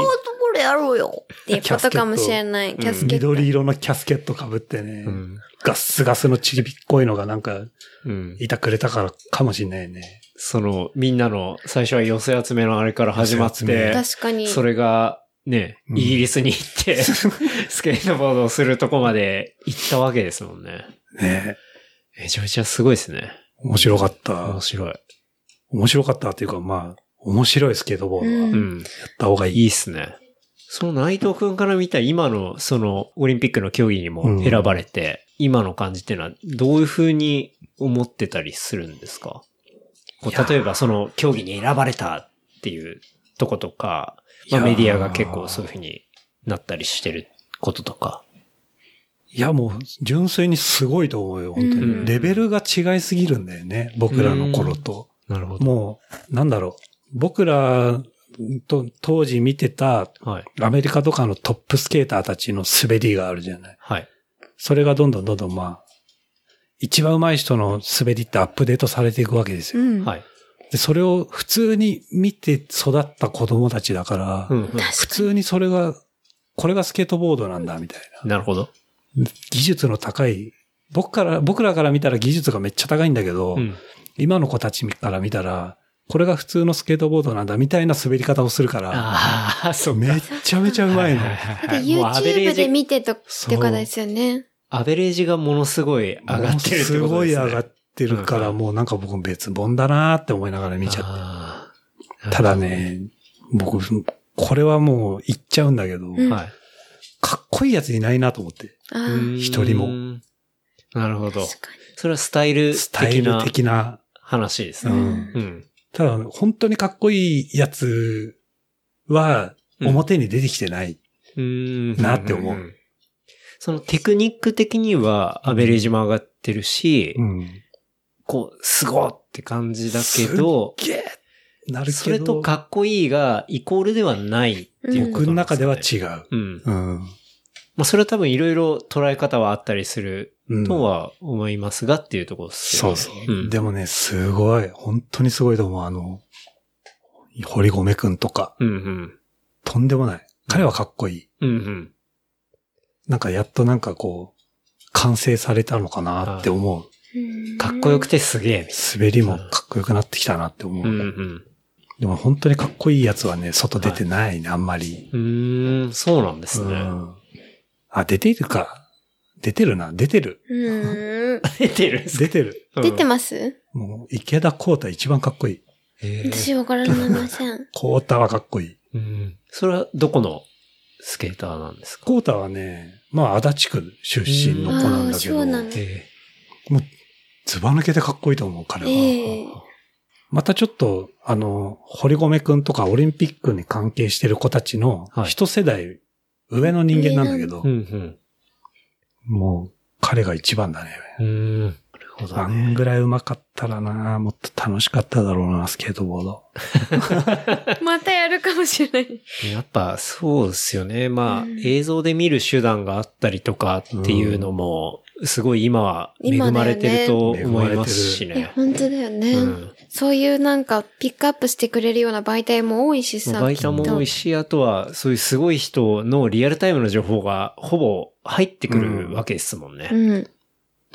れやろうよっていうことかもしれない。キキャャススケケット。緑色のキャスケット被ってね、うん。ガッスガスのちびっこいのがなんか、うん。いたくれたからかもしれないね。その、みんなの最初は寄せ集めのあれから始まっ寄せて、確かに。それが、ね、うんイギリスに行 って、スケートボードをするとこまで行ったわけですもんね。ねめちゃめちゃすごいですね。面白かっ面た。白い。面白かったっていうか、まあ、面白いスケートボードうはやんうん。った方がいい。いいっすね。その内藤くんから見た今のそのオリンピックの競技にうんも選ばれて、今の感じっていうのはどういう風に思ってたりするんですかこいやう例えばその競技に選ばれたっていうとことか、まあ、いやーメディアが結構そういう風になったりしてることとか。いや、もう、純粋にすごいと思うよ、本当うに。んレベルが違いすぎるんだよね、僕らの頃と。なるほ。もう、なんだろう。僕らと当時見てたはい。アメリカとかのトップスケーターたちの滑りがあるじゃない。はい。それがどんどんどんどんまあ、一番上手い人の滑りってアップデートされていくわけですうよ。ん。はい。で、それを普通に見て育った子供たちだから、うん、うん。確普かに。通にそれが、これがスケートボードなんだみたいな。なるほど。技術の高い、僕から、僕らから見たら技術がめっちゃ高いんだけど、うん。今の子たちから見たら、これが普通のスケートボードなんだみたいな滑り方をするから、ああ、そうめっちゃめちゃうまいの。だってもうアベレージ YouTube で見てとってそうことですよね。アベレージがものすごい上がってるってもうすことごでいすね。上がってるから、うんもうなんか僕別本だなーって思いながら見ちゃゃって。ってただ、ね、僕、これはもう言っちゃうんだけど、んはい。かっこいいやついないなと思って。ああ、一人もも。なるほど。確かに。それはスタイルスタイ的ルな的な。話ですうね。ん。うん。ただ、本当にかっこいいやつは、うん表に出てきてない。うんなって思う。んそのテクニック的にはアベレージも上がってるし、ん。こう、すごっって感じだけど、ゲーなるけど。それとかっこいいがイコールではないっていうこと僕なのん中すでかねは違う。うん。うん。まあそれは多分いろいろ捉え方はあったりするうんとは思いますがっていうところですよそね。うそう、んでもね、すごい。本当にすごいと思う。あの、堀米くんとか、うんうん。とんでもない。彼はかっこいい。うんうん。なんかやっとなんかこう、完成されたのかなって思うう。んかっこよくてすげえ、みたい滑りもかっこよくなってきたなって思う。な。うんうん。でも本当にかっこいいやつはね、外出てないね、あんまり。うーん、そうなんですうね。んあ、出てるか。出てるな、出てる。うん。 出てるんですか出てる。出てますもう、池田光太一番かっこいい。えー、私わかられません。コータはかっこいい。うん。それはどこのスケーターなんですかコータはね、まあ、足立区出身の子なんだけうんあーど、そうなんだえずば抜けてかっこいいと思う、彼は。ええまたちょっと、あの、堀米くんとかオリンピックに関係してる子たちのはい一世代上の人間なんだけど、えうんもう彼が一番だね。うん。うん。なるほどあね。んぐらいうまかったらな、もっと楽しかっただろうな、スケートボード。 またやるかもしれない。やっぱそうですよね。まあ、うん映像で見る手段があったりとかっていうのも、すごい今は恵まれてると思いますしいや、ね。本当だよね。うん。そういうなんか、ピックアップしてくれるような媒体も多いしさ。バイタも多いし、あとはそういうすごい人のリアルタイムの情報がほぼ入ってくるわけですもんね。うん。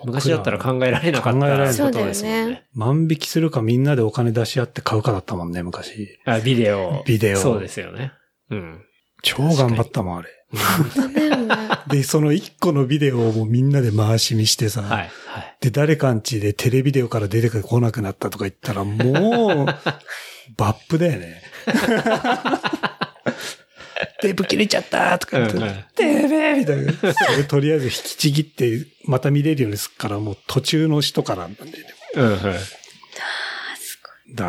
昔だったら考えられなかっ考えられなたいことですもそんうだよねね。万引きするかみんなでお金出し合って買うかだったもんね、昔。あビデオ。ビデオそうですよね。うん。超頑張ったもん、あれ。本当だよね。で、その一個のビデオをもうみんなで回し見してさ、はい。はい。で、誰かんちでテレビデオから出てこなくなったとか言った ら、もう、バップだよね。テープ切れちゃったとか言って、うんうんてめえみたいな。それとりあえず引きちぎって、また見れるようにすっから、もう途中の人からなんだよね。うんうん。だか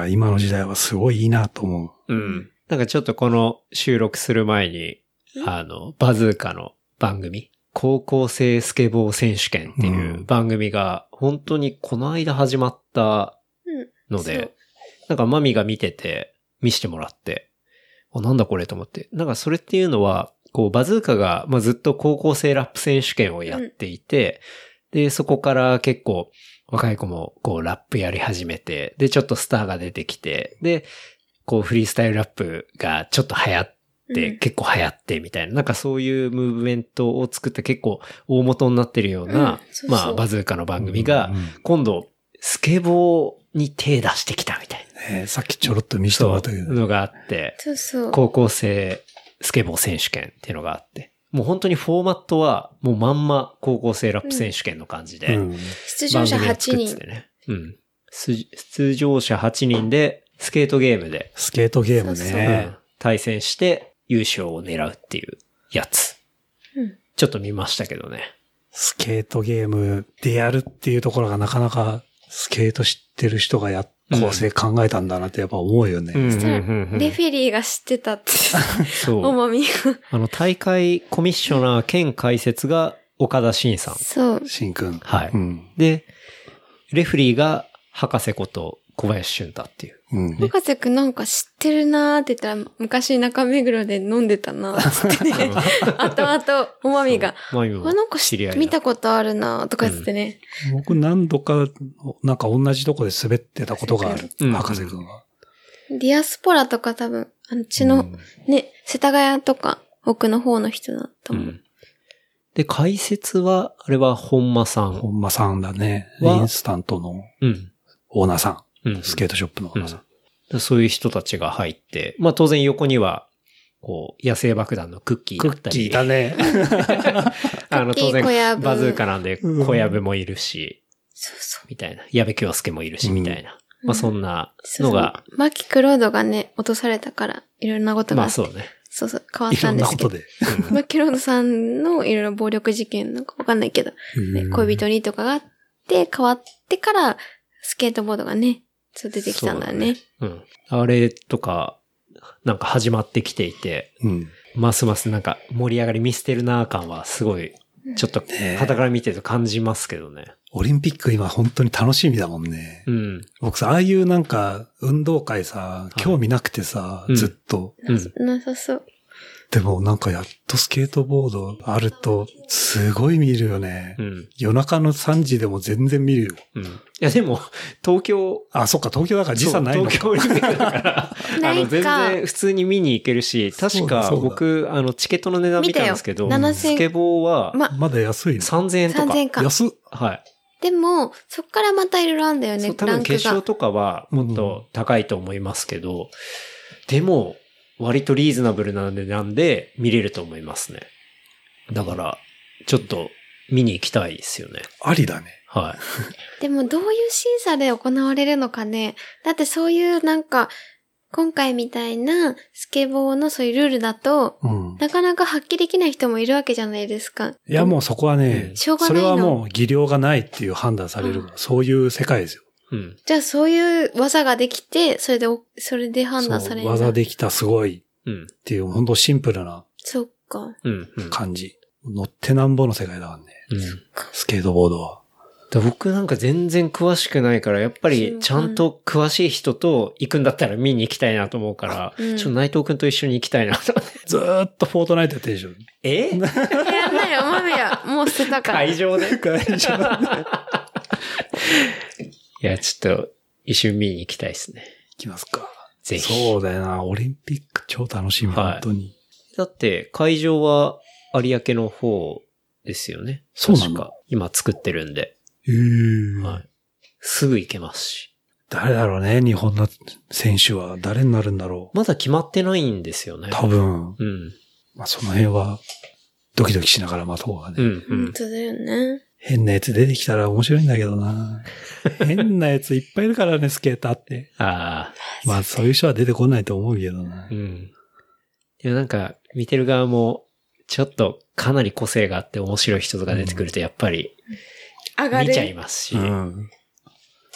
ら今の時代はすごいいいなと思うう。ん。なんかちょっとこの収録する前に、あの、バズーカの番組、高校生スケボー選手権っていううん番組が、本当にこの間始まったのうんそでう、なんかマミが見てて、見してもらって、あなんだこれと思って。なんかそれっていうのは、こう、バズーカが、まあ、ずっと高校生ラップ選手権をやっていて、で、そこから結構、若い子も、こう、ラップやり始めて、で、ちょっとスターが出てきて、で、こう、フリースタイルラップがちょっと流行って、うん結構流行ってみたいな、なんかそういうムーブメントを作って結構大元になってるよううんな、そうそうまあ、バズーカの番組がうん、うん今度、スケボーに手出してきたみたいな。ねさっきちょろっと見せてもらったけど、のがあって、そうそう。高校生スケボー選手権っていうのがあって、もう本当にフォーマットはもうまんま高校生ラップ選手権の感じで、うん出場者番8組を作人って。ね。うん。出出場者8人で、スケートゲームで、スケートゲームそうそううねん。対戦して優勝を狙うっていうやつ。うんちょっと見ましたけどね。スケートゲームでやるっていうところがなかなかスケート知ってる人がや、うん構成考えたんだなってやっぱ思うよね。そしたら、レフんェリーが知ってたって。そうおまみが。あの、大会コミッショナー兼解説が岡田慎さん。そう。しんくん。はいうん。で、レフリーが博士こと小林俊太っていう。うん。博士くんなんか知ってるなーって言ったら、昔中目黒で飲んで たなーって言ってね。あとあと、 おまみが。マミもあ、なんか知知り合いだ見たことあるなーとか言ってね。僕何度か、なんか同じとこで滑ってたことがある。うん博士くんは。ディアスポラとか多分、あの、血の、ね、世田谷とか奥の方の人だとう思う。ん。で、解説は、あれは本間さん。本間さんだね。はインスタントのうん。オーナーさ。うんん。スケートショップのオーナーさん。うんそういう人たちが入って、まあ当然横には、こう、野生爆弾のクッキークだったッキりー、だね。あの当然クッキー小籔バズーカなんでうん小籔もいるし、そうそう。みたいな。矢部京介もいるし、みたいな。うんまあそんなそうのが、マキクロードがね、落とされたから、いろんなことが、まあそうね。そうそう、変わっいたろんんでなすこけどと。で。マキクロードさんのいろいろ暴力事件なんかわかんないけど、ねうん恋人にとかがあって、変わってから、スケートボードがね、そう出てきたんだよね。うん。あれとか、なんか始まってきていて、うん。ますますなんか盛り上がり見捨てるなー感はすごい、ちょっとねえ肌から見てると感じますけどね。オリンピック今本当に楽しみだもんね。うん。僕さ、ああいうなんか、運動会さ、興味なくてさ、うんずっと。うん。なさそう。でもなんかやっとスケートボードあると、すごい見るよね。うん。夜中の3時でも全然見るよ。うん。いやでも、東京、あ、そっか、東京だから時差ないのかそう東京オリンピックだから、あ なの、い全か然普通に見に行けるし、確そうだかそうだ僕、あの、チケットの値段見たんですけど、見たよ7000スケボーはま、まだ安いの。 3000円とか。 3000か。安っ。はい。でも、そっからまたいろいろあるんだよそうね、多ラ分ンク決勝が。とかはもっと高いと思いますけど、でも割とリーズナブルな値段で見れると思いますね。だから、ちょっと見に行きたいですよね。ありだね。はい。でもどういう審査で行われるのかね。だってそういうなんか、今回みたいなスケボーのそういうルールだと、うん。なかなか発揮できない人もいるわけじゃないですか。いや、もうそこはねう、んしょうがそなれいはの。もう技量がないっていう判断されるから、そういう世界ですよ。うん。じゃあそういう技ができて、それでお、それで判断されそうるんだ技できたすごいうん。っていう、本当シンプルなそっか。うん。うん。感じ。乗ってなんぼの世界だからね、うんスケートボードは。だ僕なんか全然詳しくないから、やっぱりちゃんと詳しい人と行くんだったら見に行きたいなと思うから、うんちょっと内藤くんと一緒に行きたいなと。ずーっとフォートナイトやってるでしょ。 えやんないよ、マミは。もう捨てたから。会場で会 場いや、ちょっと一瞬見に行きたいですね。行きますか。ぜひ。そうだよな。オリンピック超楽しみ、はい本当に。だって会場は有明の方ですよね。そうなの確か。今作ってるんで。えーはい。すぐ行けますし。誰だろうね、日本の選手は。誰になるんだろまだ決まってないんですよねう。。多分、うん。まあ、その辺は、ドキドキしながら待 とうがね。うん、う本ん。当だよね。変なやつ出てきたら面白いんだけ どな。変なやついっぱいいるからね、スケーターって。ああ。まあ、そういう人は出てこないと思うけどなう。ん。でもなんか、見てる側も、ちょっとかなり個性があって面白い人とか出てくるとやっぱり上がる。見ちゃいますし、うん。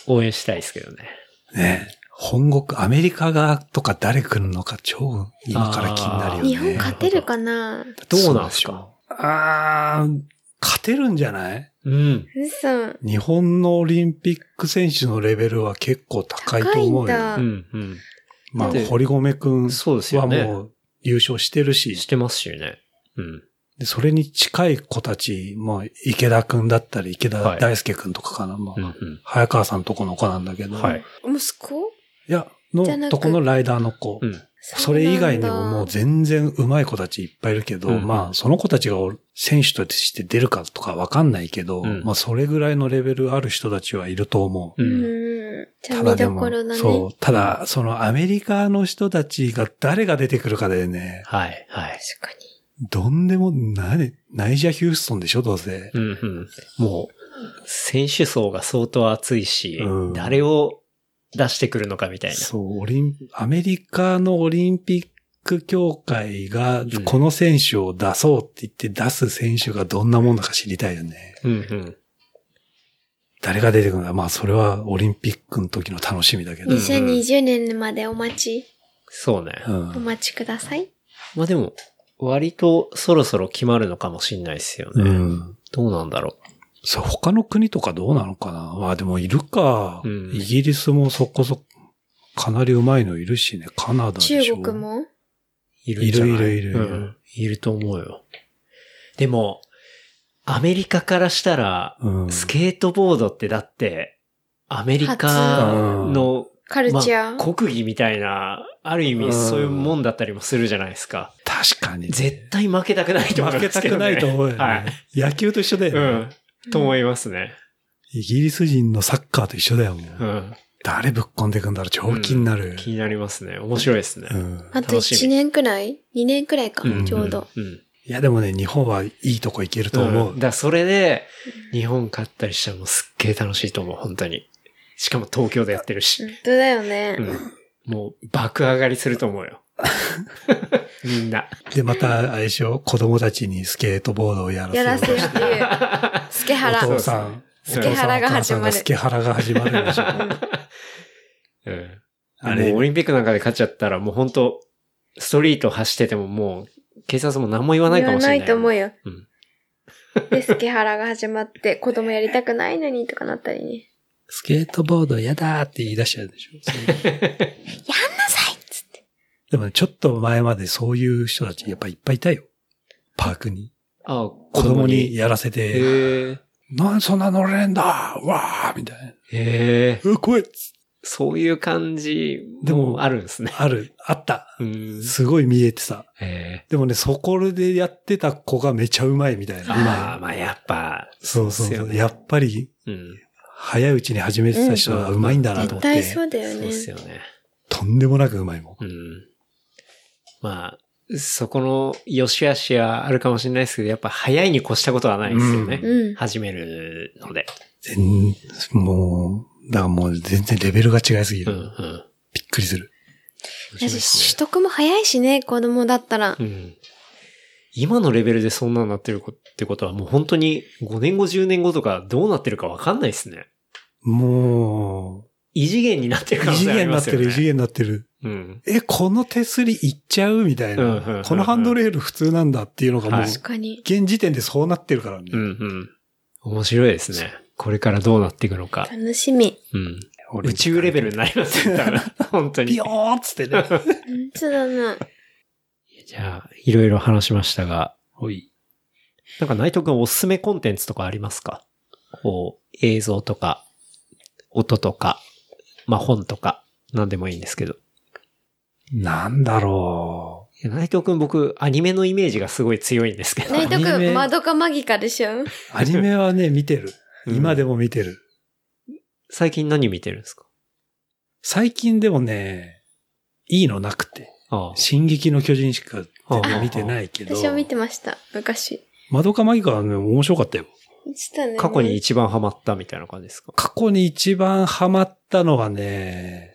応援したいですけどね。ね本国、アメリカがとか誰来るのか超今から気になるよね。日本勝てるかなどうなんすかあー、勝てるんじゃないうん。嘘。日本のオリンピック選手のレベルは結構高いと高い思んうよ。うだ。ん、うん。まあ、で堀米くんそうですよはね。もう優勝してるし、してますしね。うん。でそれに近い子たち、まあ、池田くんだったり、池は田い大輔くんとかかな、まあ、うん、早川さんとこの子なんだけうど、ん。はい。息子いや、じゃなのくとこのライダーの子。うん。それ以外にそうもなんだもう全然上手い子たちいっぱいいるけど、うんまあその子たちが選手として出るかとかわかんないけど、うんまあそれぐらいのレベルある人たちはいると思う。う。うんん。じゃあた見だでどもころだね。そう、ただそのアメリカの人たちが誰が出てくるかだよね。はい、はい。確かに。どんでも、なに、ナイジャ・ヒューストンでしょ、どうせ。うん、うん。もう、選手層が相当厚いし、うん誰を出してくるのかみたいな。そう、オリン、アメリカのオリンピック協会がんこの選手を出そうって言って出す選手がどんなもんだか知りたいよね。うん、うん。誰が出てくるんだまあそれはオリンピックの時の楽しみだけど。うん2020年までお待ち、そうね。うんお待ちください。まあでも、割とそろそろ決まるのかもしんないですよね。うんどうなんだろそう、他の国とかどうなのかなまあでもいるか。うんイギリスもそこそこかなりうまいのいるしね。カナダでし中ょ。国。もう。いるんじゃないいるいるいるうんいると思うよ。でも、アメリカからしたら、うん。スケートボードってだって、アメリカのカルチャー。まあ、国技みたいな、ある意うん味そういうもんだったりもするじゃないですか。確かに。絶対負けたくないと思うん負けですたけど、くね。ないと思うよね。はい。野球と一緒だようね。ん。と思いますね。イギリス人のサッカーと一緒だよ、もう。うん。誰ぶっこんでくんだろう、超気になる。気になりますね。面白いですね。うんあと楽しみ1年くらい ?2 年くらいか、うんちょうど。うん。いや、でもね、日本はいいとこ行けると思んう。だからそれで、日本勝ったりしたらもうすっげえ楽しいと思う、本当に。しかも東京でやってるし。本当だよね。うん。もう爆上がりすると思うよ。みんな。で、また、あれでしょ、子供たちにスケートボードをやらせやらせるる。っていう。 スケハラ。お父うさん、そうおそう父さんお母さんがスケハラが始まるでしょ。うん。 あもうオれ、リンピックなんかで勝っちゃったらもう本当ストリート走っててももう、警察も何も言わない言かもわしれなない。いと思うよ。うんで、スケハラが始まって、子供やりたくないのにとかなったりね。スケートボードやだーって言い出しちゃうでしょ。やん なさいっつって。でもね、ちょっと前までそういう人たち、やっぱいっぱいいたよ。パークに。あ子供に。やらせへて、え。なんそんな乗れんだわーみたいな。へえ。うわ、怖いっつそういう感じでももあるんですね。ある、あった。うん。すごい見えてた。へえ。でもね、そこでやってた子がめちゃうまいみたいな。ああ、今まあやっぱ。そうそうですそよう。ねやっぱり、うん。早いうちに始めてた人はうまいんだなと思絶って、対そうだよそうねで。すよね。とんでもなくうまいもん。うん。まあ、そこの良し悪しはあるかもしれないですけど、やっぱ早いに越したことはないですよね。うん。始めるので。全もう、だからもう全然レベルが違いすぎうる。んうん。びっくりする。だし取得も早いしね、子供だったらう。ん。今のレベルでそんなになってるこってことはもう本当に5年後10年後とかどうなってるかわかんないですね。も異次元になってう、る可能異次性あり元になまっすてよね。る、異次元になってる。うん。え、この手すりいっちゃうみたいうんうんうんうな。んこのハンドレール普通なんだっていうのがもう、はい確かに。現時点でそうなってるからね。うんうん。面白いですね。これからどうなっていくのか。楽しみ。うん。俺宇宙レベルになりますよ、多 分本当に。ピヨじーンっつって ね。本当だな。ゃあ、いろいろ話しましたが、なんか内藤くんおすすめコンテンツとかありますかこう、映像とか、音とか、まあ本とか、なんでもいいんですけど。なんだろいや内藤くん僕、アニメのイメージがすごい強いんですけど。内藤アニくメん、マドカマギカでしょう。アニメはね、見てる。うん今でも見てる。 最近何見てるんですか最近でもね、いいのなくて。ああ。進撃の巨人しかああ見てないけど。私は見てました、昔。マドカマギカはね、面白かったよ。したね。過去に一番ハマったみたいな感じですか過去に一番ハマったのがね、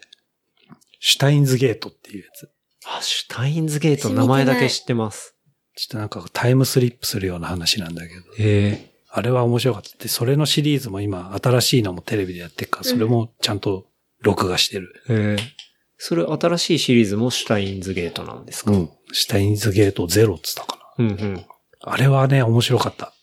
シュタインズゲートっていうやつ。あ、シュタインズゲート名前だけ知ってます。ちょっとなんかタイムスリップするような話なんだけど。へあれは面白かった。で、それのシリーズも今、新しいのもテレビでやってるから、それもちゃんと録画してる。え。へえ。それ新しいシリーズもシュタインズゲートなんですかうん。シュタインズゲートゼロっつったかうんうん。な。あれはね、面白かった。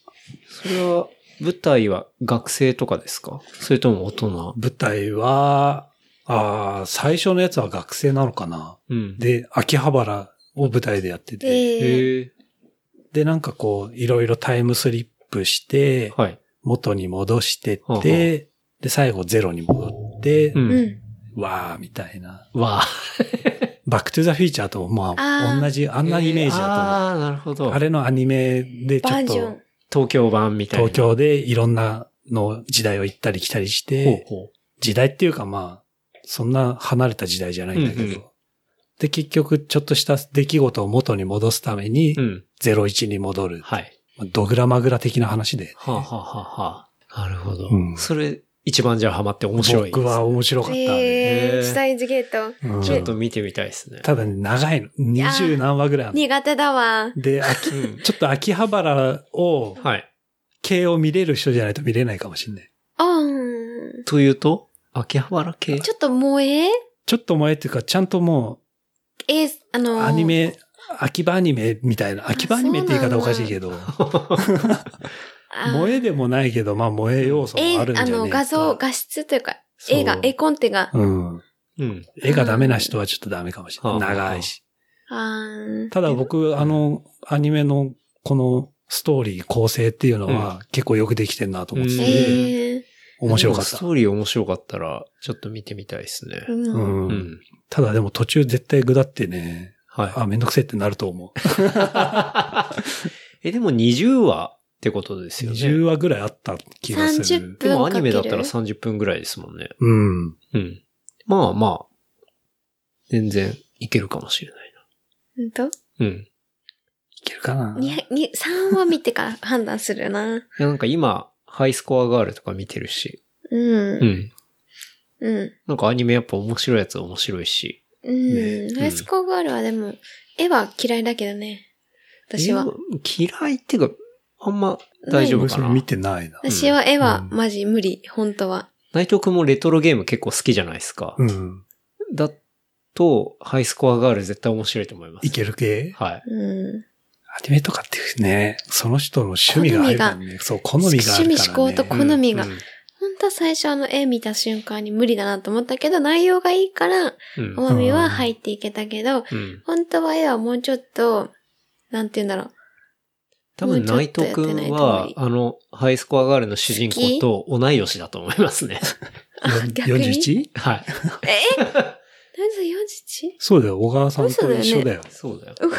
それは、舞台は学生とかですかそれとも大人舞台は、ああ、最初のやつは学生なのかな。うん。で、秋葉原を舞台でやってて、ええへえ。で、なんかこう、いろいろタイムスリップして、はい。元に戻してって、はあはあで、最後ゼロに戻って、う。うんん。わーみたいな。わあ。バックトゥザフューチャーと、まああ、ー同じ、あんなイメージだと思う。ああ、なるほど。あれのアニメでちバょっージョとン。東京版みたいな。東京でいろんなの時代を行ったり来たりしほうて、ほ時代っていうかまあ、そんな離れた時代じゃないんだけうんうんど。で、結局ちょっとした出来事を元に戻すためにう。う、ん。 01に戻る。はい。まあドグラマグラ的な話で。はあ、はあはあはあ、なるほど。うんそれ、一番じゃあハマって面白いです、僕は面白かったね。へえーえスタインズゲート。うんちょっと見てみたいですね。ただね、長いの。二十何話ぐらいあるの苦手だわ。で、秋うん。ちょっと秋葉原を、はい。系を見れる人じゃないと見れないかもしれない。あん。というと、秋葉原 系ちょっと萌えちょっと前っていうか、ちゃんともう、えーあのー、アニメ、秋葉アニメみたいな、秋葉アニメって言い方おかしいけど、あー、萌えでもないけど、まあ萌え要素もあるんじゃえねえーあの、画像、画質というか、そう絵が、絵コンテが。うん。うん。絵がダメな人はちょっとダメかもしれない。はあ長いし。あーただ僕、あの、アニメのこのストーリー構成っていうのは結構よくできてんなと思ってうんて、ええ面白かっスたト。ーリー面白かったら、ちょっと見てみたいですね。ううんんうん。ただでも途中絶対下ってね、はあ、めんどくせえってなると思う。 い。え、でも20話ってことですよ20ね。話ぐらいあった気がする30。でもアニメだったら分か30分ぐらいですもんね。うん。うん。まあまあ、全然いけるかもしれないほんとな。うん。いけるかなにに3話見てから判断するな。いやなんか今、ハイスコアガールとか見てるし。うん。ううん。ん。うん。なんかアニメやっぱ面白いやつは面白いし。うん。フうェんスコガールはでも、絵は嫌いだけどね。私は。嫌いっていうか、あんま大丈夫かそれな。見てないな。私は絵はうんマジ無理、本当は。内藤くんもレトロゲーム結構好きじゃないですか。うん。だと、ハイスコアガール絶対面白いと思います。いける系はい。うん。アニメとかっていうね、その人の趣味があるからね。そう、好みがあるからね。趣味嗜好と好みがうんうん本当は最初あの絵見た瞬間に無理だなと思ったけど、内容がいいから、うんおまみは入っていけたけど、うん。本当は絵はもうちょっと、なんて言うんだろう。多分、内藤くんは、あの、ハイスコアガールの主人公と同い年だと思いますね。あ、逆に。 41? はい。何歳 41? そうだよ、小川さんと一緒だよ。そうだよ。うわ、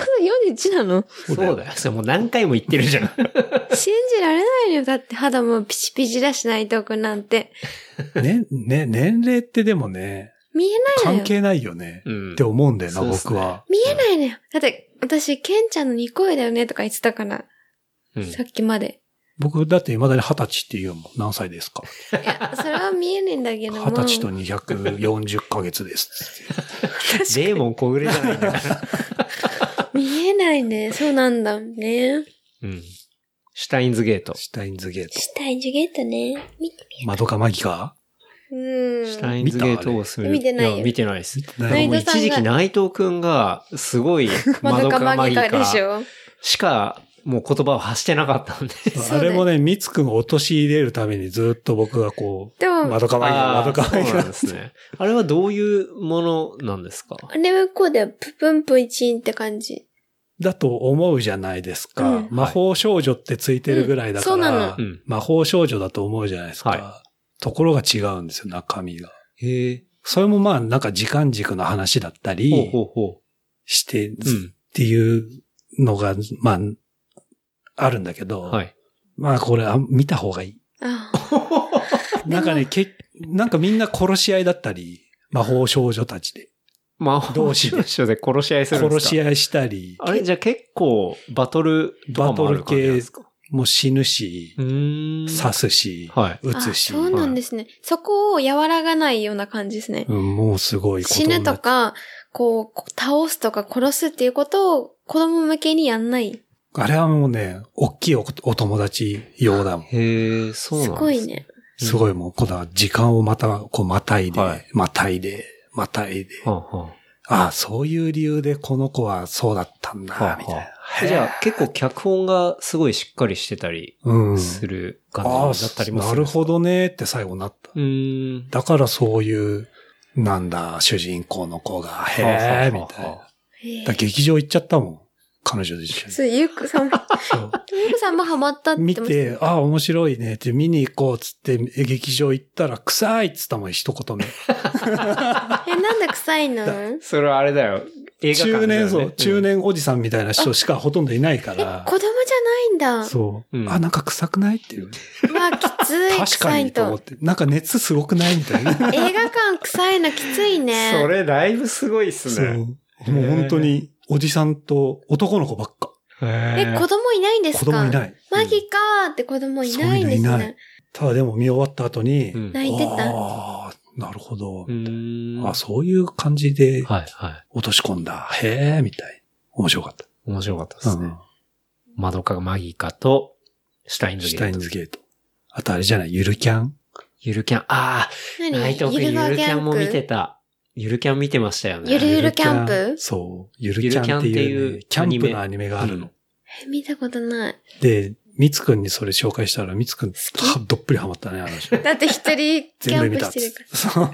41なのそうだよ。それもう何回も言ってるじゃん。信じられないのよ。だって肌もピチピチだし、内藤くんなんて。ね、ね、年齢ってでもね、見えないの関よ。係ないよね。うん。って思うんだよな、そうっすね僕は。見えないのよ。だって、私、ケンちゃんの2声だよねとか言ってたから、うんさっきまで。僕、だって未だに二十歳って言うもん。何歳ですかいや、それは見えねえんだけども。二十歳と240ヶ月ですっつって。デーモン小暮じゃないんだから。見えないね。そうなんだね。 うん。シュタインズゲート。シュタインズゲート。したいジュゲートね。見てマドカマギカみうシュタん。インズゲートをする。見たあれ見てないよや見てないです。ないでも一時期内藤くんが、すご い、ま窓どかかままぎぎかかでしょ。しか、もう言葉を発してなかったんで。そうあだよれもね、ミツくんを陥れるためにずっと僕がこでう、も、マドカマギカ、マあドーカそマギうなんでカ。すね。あれはどういうものなんですかあれはこうだよ。ププンプンチンって感じ。だと思うじゃないですうかん。魔法少女ってついてるぐらいだかうんそうなのらう、ん。魔法少女だと思うじゃないですはか。ところが違うんですよ、中身が。へえ。それもまあ、なんか時間軸の話だったほうりほうほして、う。うん。っていうのが、まあ、あるんだけど、はい。まあこれあ見た方がいい。あなんかね、けなんかみんな殺し合いだったり、魔法少女たちで魔法同士で少女で殺し合いするんですか殺し合いしたり、あれじゃあ結構バトルとかもある感じなんですかもう死ぬし、うーん。刺すし、はい。撃あ。つし、そうなんですね。そこを和らがないような感じですね。うんもうすごいこと死ぬとなか、こう、倒すとか殺すっていうことを子供向けにやんない。あれはもうね、大きいおお友達用だもん。へえ、そうなんすですごい。ね。すごいもう、こだ時間をまた、こう、またいで、はいまたいで、またいで、はあはああ、そういう理由でこの子はそうだったんだ、はあみたいな。あじゃあ結構脚本がすごいしっかりしてたりうん。するあ感あじだったりもすなるんるですか。ほどねって最後なった。うーん。だからそういう、なんだ、主人公の子が、はあはあはへあえ、みたいな。だかへえら劇場行っちゃったもん。彼女と一緒に。そう、ゆうこさんも、そうゆうこさんもハマったって言見ってましたねて、ああ、面白いねって見に行こうっつって、劇場行ったら、臭いっつったもん、一言目。え、なんで臭いのえ、それはあれだよ。映画中館だよね年層、中。年おじさんみたいな人しかほとんどいないか子供ら。じゃないんだ。そう。うんあ、なんか臭くないっていう。うわ、きつい、確か臭にいと思っと。て。なんか熱すごくないみたいな。映画館臭いのきついね。それだいぶすごいっすそう。ね。もう本当に、おじさんと男の子ばっか。え、え子供いないんですか。子供いないい。マギかーって子供いないんですそういないいなねい。ただでも見終わった後に、うん泣いてた。ああ、なるほど。うん。あそういう感じではいはい。落とし込んだ。へえ、みたい。面白かっ面白かったでた。すね。マドカマギカと、シュタインうんズシゲュタイーント。ズゲート。あとあれじゃない、ゆるキャンゆるキャン、ああ、何内藤君ゆわるキキャンも見てャンプた。ゆるキャン見てましたよね。ゆるゆるキャンプそう。ゆるキャンっていうね、ゆるキキャンっていうアニャンメプのアニメがあるの。え見たことない。で、みつくんにそれ紹介したら、みつくん、はどっぷりハマったね、あの人。だって一人 キ全ャ部ン見プたしってるつってか。そう。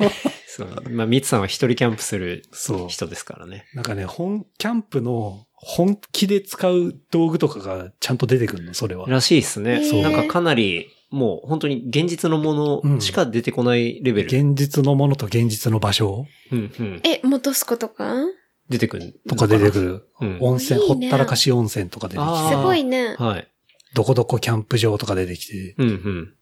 そう。まあ、ミツさんは一人キャンプするそう人ですからね。なんかね、本、キャンプの本気で使う道具とかがちゃんと出てくるの、それは。らしいですね。そうなんかかなり、もう本当に現実のものしか出てこないレベル。現実のものと現実の場所うんうんら。え、戻すことか出てくる。とか出てくる。うん。温泉、いいほっねたらかし温泉とか出てあーきすて、ごいね。はい。どこどこキャンプ場とか出てきて、っうんうん。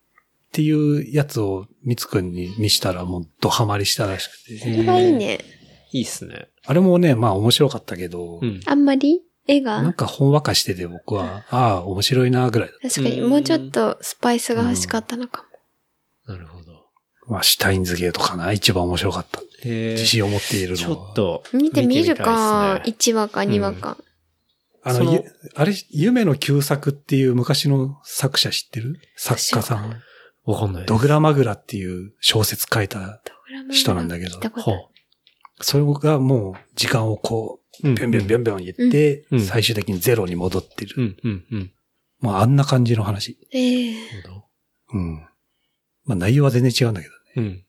ていうやつをみつくんに見したらもうドハマりしたらしくへて。それはいいね。いいっすね。あれもね、まあ面白かったけど、うん。あんまり絵がなんかほんわかしてて僕は、ああ、面白いなぐらいだ。確かに、うんもうちょっとスパイスが欲しかったのかも。なるほど。まあシュタインズゲートかな、一番面白かった。へ自ー信を持っているちのは。ょっと見てみるたいかっ。すね1話か2話か。あその、のゆあれ、夢の旧作っていう昔の作者知ってる作家さん。わかんないです。ドグラマグラっていう小説書いた、ドラマが人なんだけど聞いたことあるはそれがもう時間をこうう、んビョンビョンビョンビョン言ってうん、最終的にゼロに戻ってる。うんうんうん。もうあんな感じの話。ええなるほどうん。まあ内容は全然違うんだけどね。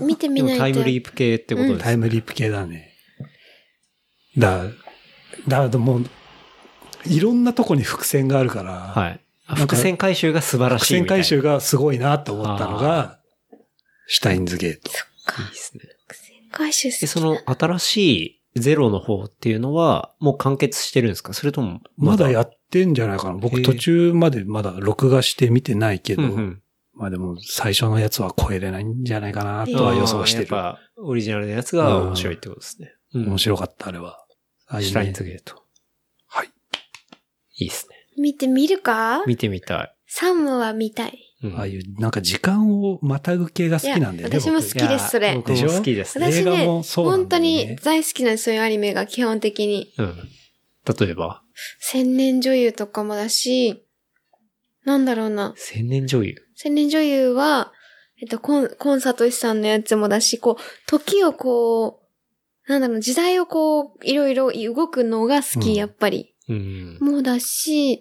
うん。見てみでもないと。タイムリープ系ってことですね。タイムリープ系だね。だ、だ、でも、いろんなとこに伏線があるから、はい。あなん伏か線回収が素晴ら伏しい線みたいな。回収がすごいなと思ったのが、シュタインズゲート。いいですね。回収好きえ、だその新しいゼロの方っていうのはもう完結してるんですかそれともまだやってんじゃないかな。僕へえ途中までまだ録画して見てないけど、うんうん。まあでも、最初のやつは超えれないんじゃないかなとは予想してる。やっぱ、オリジナルのやつが面白いってことですね。うん面白かった、あれは。ああいうねシュラインズゲート。はい。いいですね。見てみるか見てみたい。サムは見たい。うんああいう、なんか時間をまたぐ系が好きなんだよね。いや私も僕好きですそれいや僕もでしょ好きですね。私映画ね、もそうなん本当だよねに大好きなんですそういうアニメが基本的に。うん。例えば、千年女優とかもだし、なんだろうな。千年女優。千年女優は、えっと、コン、コンサトシさんのやつもだし、こう、時をこう、なんだろう、時代をこう、いろいろ動くのが好き、うんやっぱり。うん。もうだし、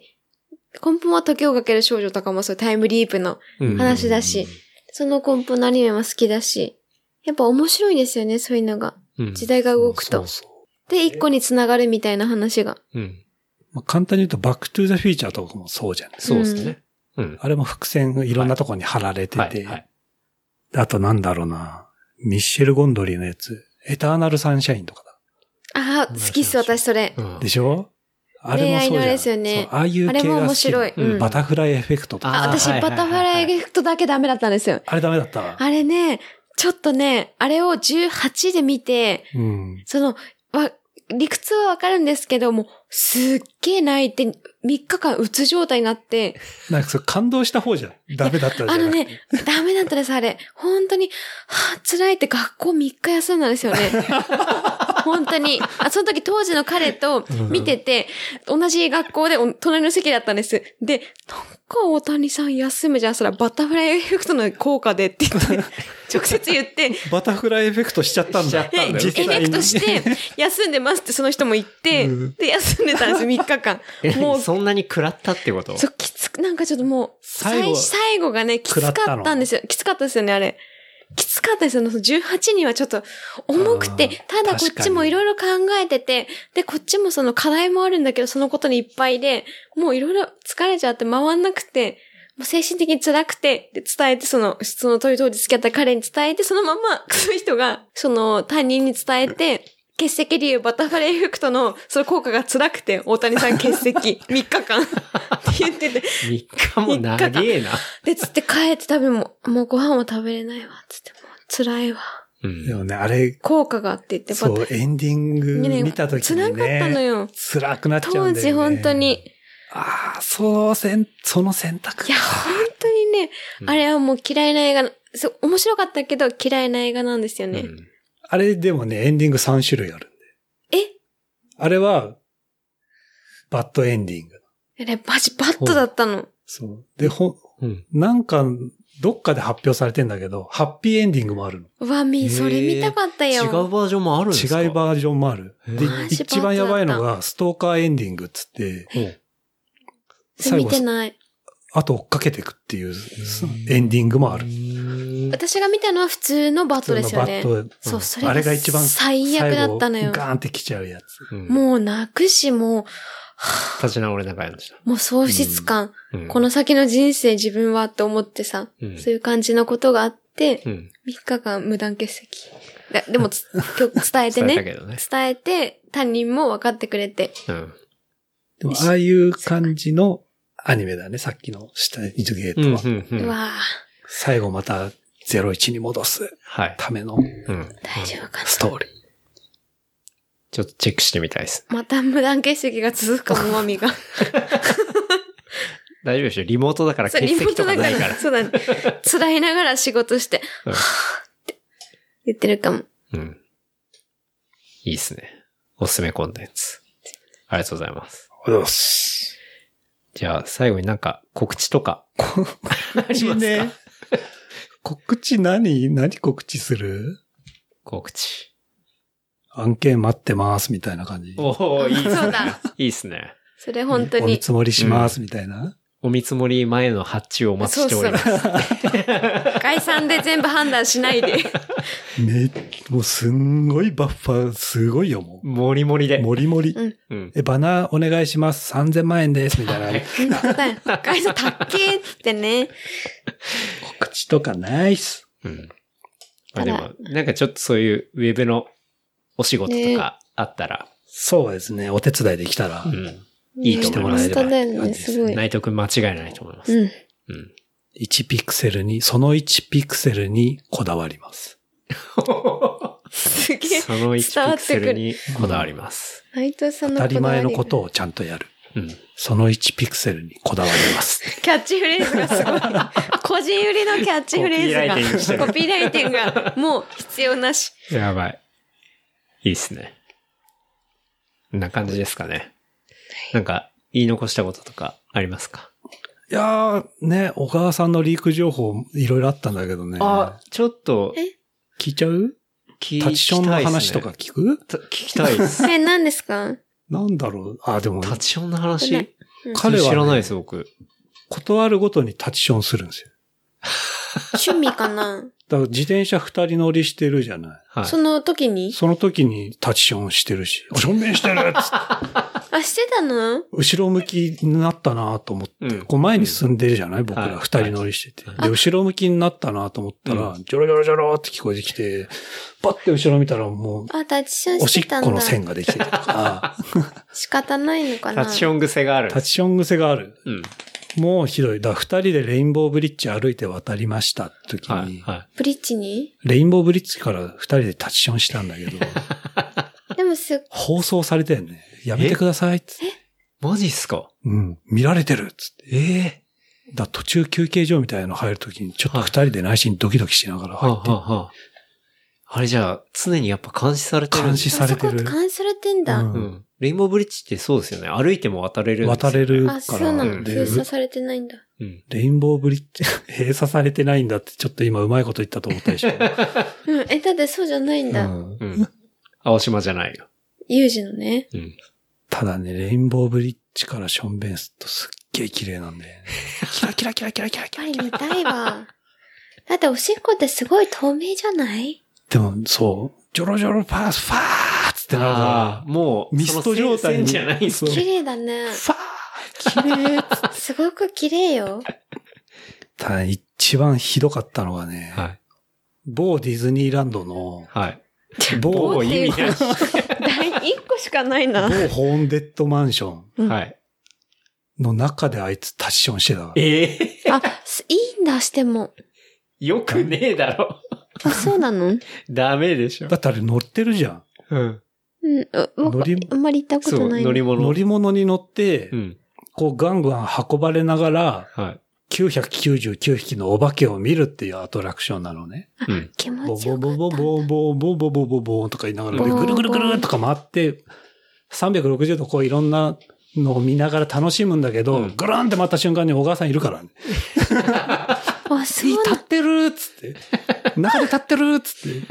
根本は時をかける少女とかもそう、タイムリープの、話だしその根本のアニメも好きだし、やっぱ面白いですよね、そういうのが。うん、うん時代が動くと。そうそうそうで、一個につながるみたいな話が。うん。まあ、簡単に言うと、バックトゥーザフューチャーとかもそうじゃないですそか。うですね。うん。あれも伏線がいろんなとこに貼られてて、はい。はい。あとなんだろうな。ミッシェル・ゴンドリーのやつ、エターナル・サンシャインとかああ、好きっす、私それう。だ。んでしょあれもそ恋うじゃん愛のあれですよねそうああいう系が好きあれも面白いうんバタフライエフェクトとか。あ、私、あーはいはいバタフライエフェクトだけダメだったんですよ。あれダメだったわ。あれね、ちょっとね、あれを18で見て、うん。その、わ、理屈はわかるんですけども、すっげえ泣いて、3日間うつ状態になって、なんかそれ感動した方じゃん。ダメだったじゃん。あのね、ダメだったです、あれ。本当に、はぁ、辛いって学校3日休んだんですよね。 本当に。あ、その時当時の彼と見てて、同じ学校でお隣の席だったんです。で、なんか大谷さん休むじゃん、そらバタフライエフェクトの効果でって言 って、直接言って、バタフライエフェクトしちゃったんしちゃだ。ったんだよ 実エフ際ェにクトして、休んでますってその人も言って、うんで、休んでたんですよ、3日間。えもうそんな に食らったってことそう、きつく、なんかちょっともう、最最後後、最後がね、きつ食らかっったたのんですよ。きつかったですよね、あれ。きつかったですよね。その18人はちょっと重くあてー、ただこっちもいろいろ考えてて、で、こっちもその課題もあるんだけど、そのことにいっぱいで、もういろいろ疲れちゃって回んなくて、もう精神的に辛くて、で、伝えて、その、その当時付き合った彼に伝えて、そのまま、その人が、その担任に伝えて、欠席理由、バタフライエフェクトの、その効果が辛くて、大谷さん欠 席、3日間、って言ってて、 3日も長えな。で、つって帰って食べも、もうご飯も食べれないわ、つって、もう辛いわ。うんでもね、あれ、効果があって言って、そう、エンディング見た時にね。辛かったのよ。辛くなっちゃうんだよ当ね。時本当に。。ああ、そうせん、その選択。いや、本当にねう、んあれはもう嫌いな映画、そう、面白かったけど嫌いな映画なんですよね。うんあれでもね、エンディング3種類あるんで。えあれは、バッドエンディング。あれ、マジバットだったの。そう。で、ほ、うん。なんか、どっかで発表されてんだけど、ハッピーエンディングもあるの。うわ、み、それ見たかった違よ。うバージョンもあるんですか違いバージョンもある。でへー、一番やばいのが、ストーカーエンディングっつって、うんそれ見て後、ない。あと追っかけてくっていうエンディングもある。私が見たのは普通のバットですよね。ッそう、それあれが一番最悪だったの最よ後。ガーンって来ちゃうやつ。うんもう泣くし、も立ち直れなかったんでしう、もう喪失感。た。うんこの、先の人生自分はって思ってさ、うんそういう感じのことがあって、うん。 3日間無断欠席。だでもつ、今日伝えて伝えたね。けどね。伝えて、担任も分かってくれて。うん。でも、ああいう感じのアニメだね、さっきの下にズゲーうトんは。うんううん。わぁ、最後また01に戻すはい。ためのうん。大丈夫かな。ストーリー。ちょっとチェックしてみたいです。また無断欠席が続くかも、まみが。大丈夫でしょリモートだから欠席とかないから。そうだね。辛いながら仕事して、うんはぁって言ってるかも。うん。いいっすね。おすすめコンテンツ。ありがとうございます。よし。じゃあ、最後になんか告知とか。告知ね。告知何何告知する告知。案件待ってますみたいな感じ。おおいいっすね。そうだ。いいっすね。それ本当お見に。積もりしますみたいな。お見積もり前の発注をお待ちしております。そうそう。概算で全部判断しないで。めもうすんごいバッファー、すごいよ、ももりもりう。で。もりもり。うん。うん。え、バナーお願いします。3000万円です。みたいな。本当だよ。概算たっけーっつってね。告知とかないっす。うん。まあでも、なんかちょっとそういうウェブのお仕事とかあったら、そうですね。お手伝いできたら。うん。いいと思います本当だよね、すご い。内藤くん間違いないと思います。ううん。ん。 1ピクセルに、その1ピクセルにこだわります。すげえ。その1ピクセルにこだわります。内藤さん当のたり前のこだわこがとをちゃんとやる。うん。その1ピクセルにこだわります。キャッチフレーズがす ごい。個人売りのキャッチフレコピーライティングーしズてが。るコピーライティングがもう必要なし。やばい。いいっすね。こんな感じですかね。なんか、言い残したこととかありますかいやー、ね、小川さんのリーク情報いろいろあったんだけどね。あ、ちょっと、聞いちゃう聞タチションの話とかき聞たいっくすね。た聞きたいです。え、何ですかなんだろう。あ、でも、タチションのごめん話うん彼はね知らないです、僕。断るごとにタチションするんですよ。趣味かなだから自転車二人乗りしてるじゃない。はいそ。の時にその時にタチションしてるし、証明してるっ つってあ、してたの後ろ向きになったなと思って、うんこう前に進んでるじゃない、僕はいら二人乗りしてて。はいで、後ろ向きになったなと思ったら、ジョロジョロジョロって聞こえてきて、パッて後ろ見たらもう、あ、タッチションおししてったこんのだ。線ができてた とか、仕方ないのかなタチション癖がある。タチション癖がある。うん。もうひどい。だ、二人でレインボーブリッジ歩いて渡りましたって時に、はい。はブリッジにレインボーブリッジから二人でタチションしたんだけ ど、でもすっ、放送されたよね。やめてくださいっつって。い。マジっすかうん。見られてるっつって。ええだ途中休憩所みたいなの入るときに、ちょっとはい二人で内心ドキドキしながらは入あ、って、はあはあ、あれじゃあ、常にやっぱ監視されてるんだ監視されてあそるこ。監視されてんだ。ううん。レインボーブリッジってそうですよね。歩いても渡れるんですよ渡ねれるかあ、そうなら、の。で封鎖されてないんだ。うん。レインボーブリッジ、閉鎖されてないんだって、ちょっと今うまいこと言ったと思ったでしょ。うん。え、だってそうじゃないんうだ。んうん。青島じゃないよ。ユージのね。うん。ただね、レインボーブリッジからションベンスとすっげえ綺麗なんで、キラキラキラキラキラキやラ。っぱり見たい わ。だっておしっこってすごい透明じゃないでも、そう、ジョロジョロパース、ファーっつってなるあかあ、もう、ミスト状態その線線にじゃないんですそう綺ね。麗だねら、。ファー綺麗っつって。すごく綺麗よ。ただ、一番ひどかったのがね、はい。某ディズニーラン ドの、はい。某某意味だ。第一個しかないな。 某ホーンデッドマンションうんはい。の中であいつタッチションしてたから。ええあ、すいいんだ、しても。 よくねえだろ。あ、そうなのダメでしょだ。ってあれ乗ってるじゃん。うん。うん。あわ乗りあんまり行ったこそとう、ないな。乗り物。乗り物に乗って、うん。こうガンガン運ばれながら、はい。 999匹のお化けを見るっていうアトラクションなのね。うん。気持ボちよボかボっボた。ボボボボボボボとか言いながら、ボぐンるぐるぐるとか回って、360度こういろんなのを見ながら楽しむんだけど、うんぐるんって回った瞬間に小川さんいるからね。あ、えそう立なってるっつって。中で立ってるっつって。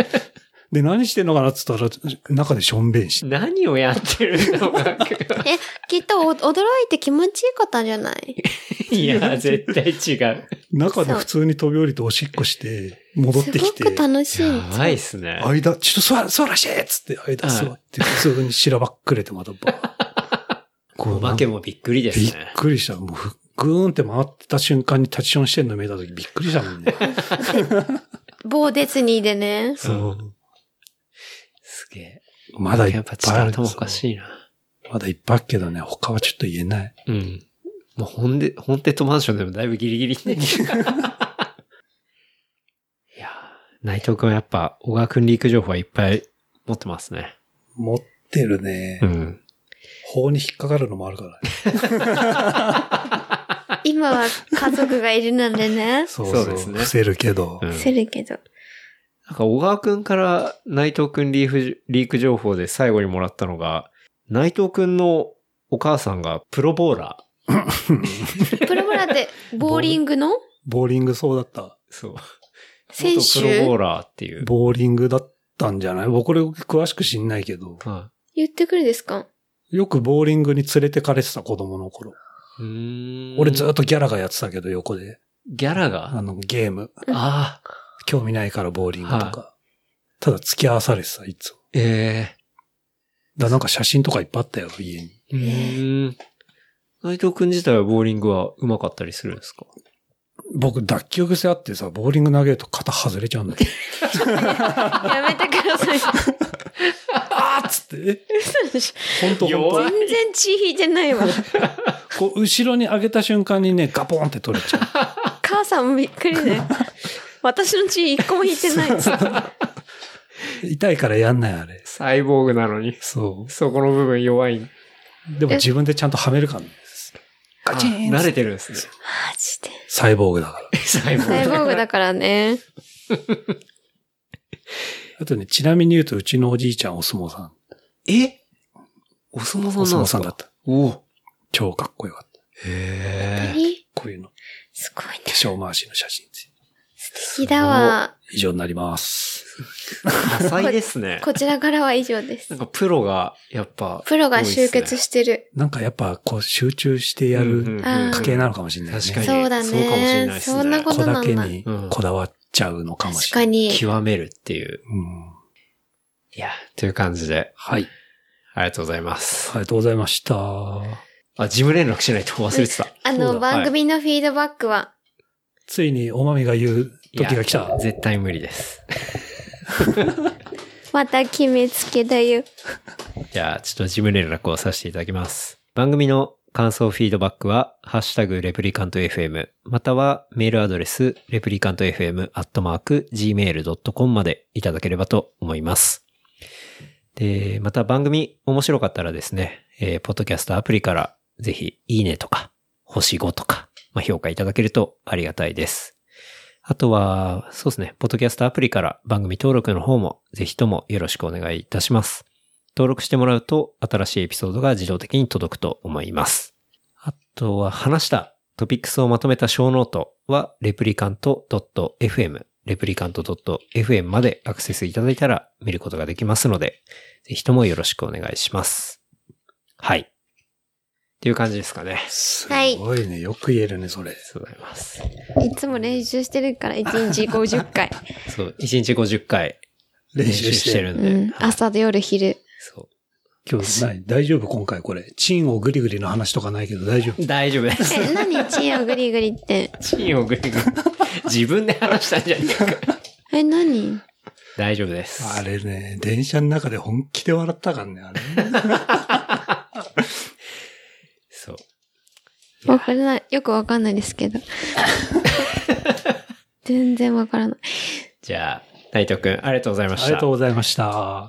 で、何してんのかなっつったら、中でしょんべんして。何をやってるんだ ろうなえ、きっとお驚いて気持ちよかったんじゃないいや、絶対違う。中で普通に飛び降りておしっこして、戻っすてきごて。く楽しい。やばいっすね。間、ちょっと座ら、座らしてっつって、間座って、普通にしらばっくれてまたバーッこうお化けもびっくりですびっね。くりした。もうふ、ぐーんって回ってた瞬間に立ちションしてんの見えた時びっくりしたもんね。某ディズニーでね。そう。すげえ。まだいやっっぱぱいあ力る。もおかしいな。まだいっぱいあるけどね、他はちょっと言えない。うん。もうホンデ、ホンテッドマンションで もだいぶギリギリね。いやー内藤くんはやっぱ、小川くんリーク情報はいっぱい持ってますね。持ってるねう。ん。法に引っかかるのもあるからね。今は家族がいるのでね。そううそうでですすね。ね伏せるけどう。ん、するけど。なんか小川くんから内藤くんリーフリーク情報で最後にもらったのが、内藤くんのお母さんがプロボーラー。プロボラって、ボーリングのボーリングそうだった。そう。選元プロボー手ラーっていう。ボーリングだったんじゃない僕これ詳しく知んないけど、は言ってくるですかよくボーリングに連れてかれてた子供の頃。い、うーん俺ずっとギャラがやってたけど、横で。ギャラあが、の、ゲーム。ああ、興味ないからボーリングとか。ただ付き合わされてた、いつも。えだからなんか写真とかいっぱいあったよ、家に。えうーん。内藤くん自体はボーリングは上手かったりするんですか僕、脱臼癖あってさ、ボーリング投げると肩外れちゃうんだけど。やめてください。 あーっつって、えほんとほん弱と。全然血引いてないわ。こう、後ろに上げた瞬間にね、ガポンって取れちゃう。カ母さんもびっくり ね。私の血一個も引いてない。 痛いからやんない、あれ。サイボーグなのに。そそこの部分弱い。う。でも自分でちゃんとはめる感じです。ガチーン慣れてるんですね。マジで。サイボーグだから。サイボサイボーグだからね。あとね、ちなみに言うと、うちのおじいちゃんお相撲さん。えお相撲さんおなんで相撲すさんだっかた。おお。超かっこよかった。へえ。何こういうの。化すごいね。粧回しの写真です。素敵だわ。以上になります。多彩ですね。こちらからは以上でなんす。かプロが、やっぱ、プロが集結ししてる。なんかやっぱ、こう、集中しててやるあ家系なのかもしれない、ね。確かに。そうだねそうかもしれないですね。そんなこことこだけそうになんだこだわっちゃうのかも確しれかない。に。極めるっていう。うんいや、という感じで、はい。ありがとうございます。ありがとうございました。あ、事務連絡しないと忘れてた。あそうの、だ番組のフィードバックは、ついにおまみが言う時が来いたや。絶対無理です。また決めつけだよ。じゃあ、ちょっと事務連絡をさせていただきます。番組の感想フィードバックは、ハッシュタグレプリカント FM、またはメールアドレス、レプリカント FM アットマーク gmail.com までいただければと思います。で、また番組面白かったらですね、えーポッドキャストアプリからぜひ、いいねとか、星5とか、まあ、評価いただけるとありがたいです。あとは、そうですね、ポッドキャストアプリから番組登録の方もぜひともよろしくお願いいたします。登録してもらうと新しいエピソードが自動的に届くと思います。あとは話したトピックスをまとめた小ノートは replicant.fm、replicant.fm までアクセスいただいたら見ることができますので、ぜひともよろしくお願いします。はい。っていう感じですかね。すはいごいね。よく言えるね、それ。ありがとうございます。いつも練習して るから、1日50回。そう、1日50回練練習習ししててる。るんうで。ん。はい朝と夜昼。そ今日ない大丈夫今回これ。チンをグリグリの話とかないけど大丈夫う。大丈夫 です。え、何チンをグリグリって。チンをグリグリ。自分で話したんじゃねえか。え、何大丈夫です。あれね、電車の中で本気で笑ったからね、あれ。そう。わからない。よくわかんないです けど。全然わからない。じゃあ、内藤くん、ありがとうございました。ありがとうございました。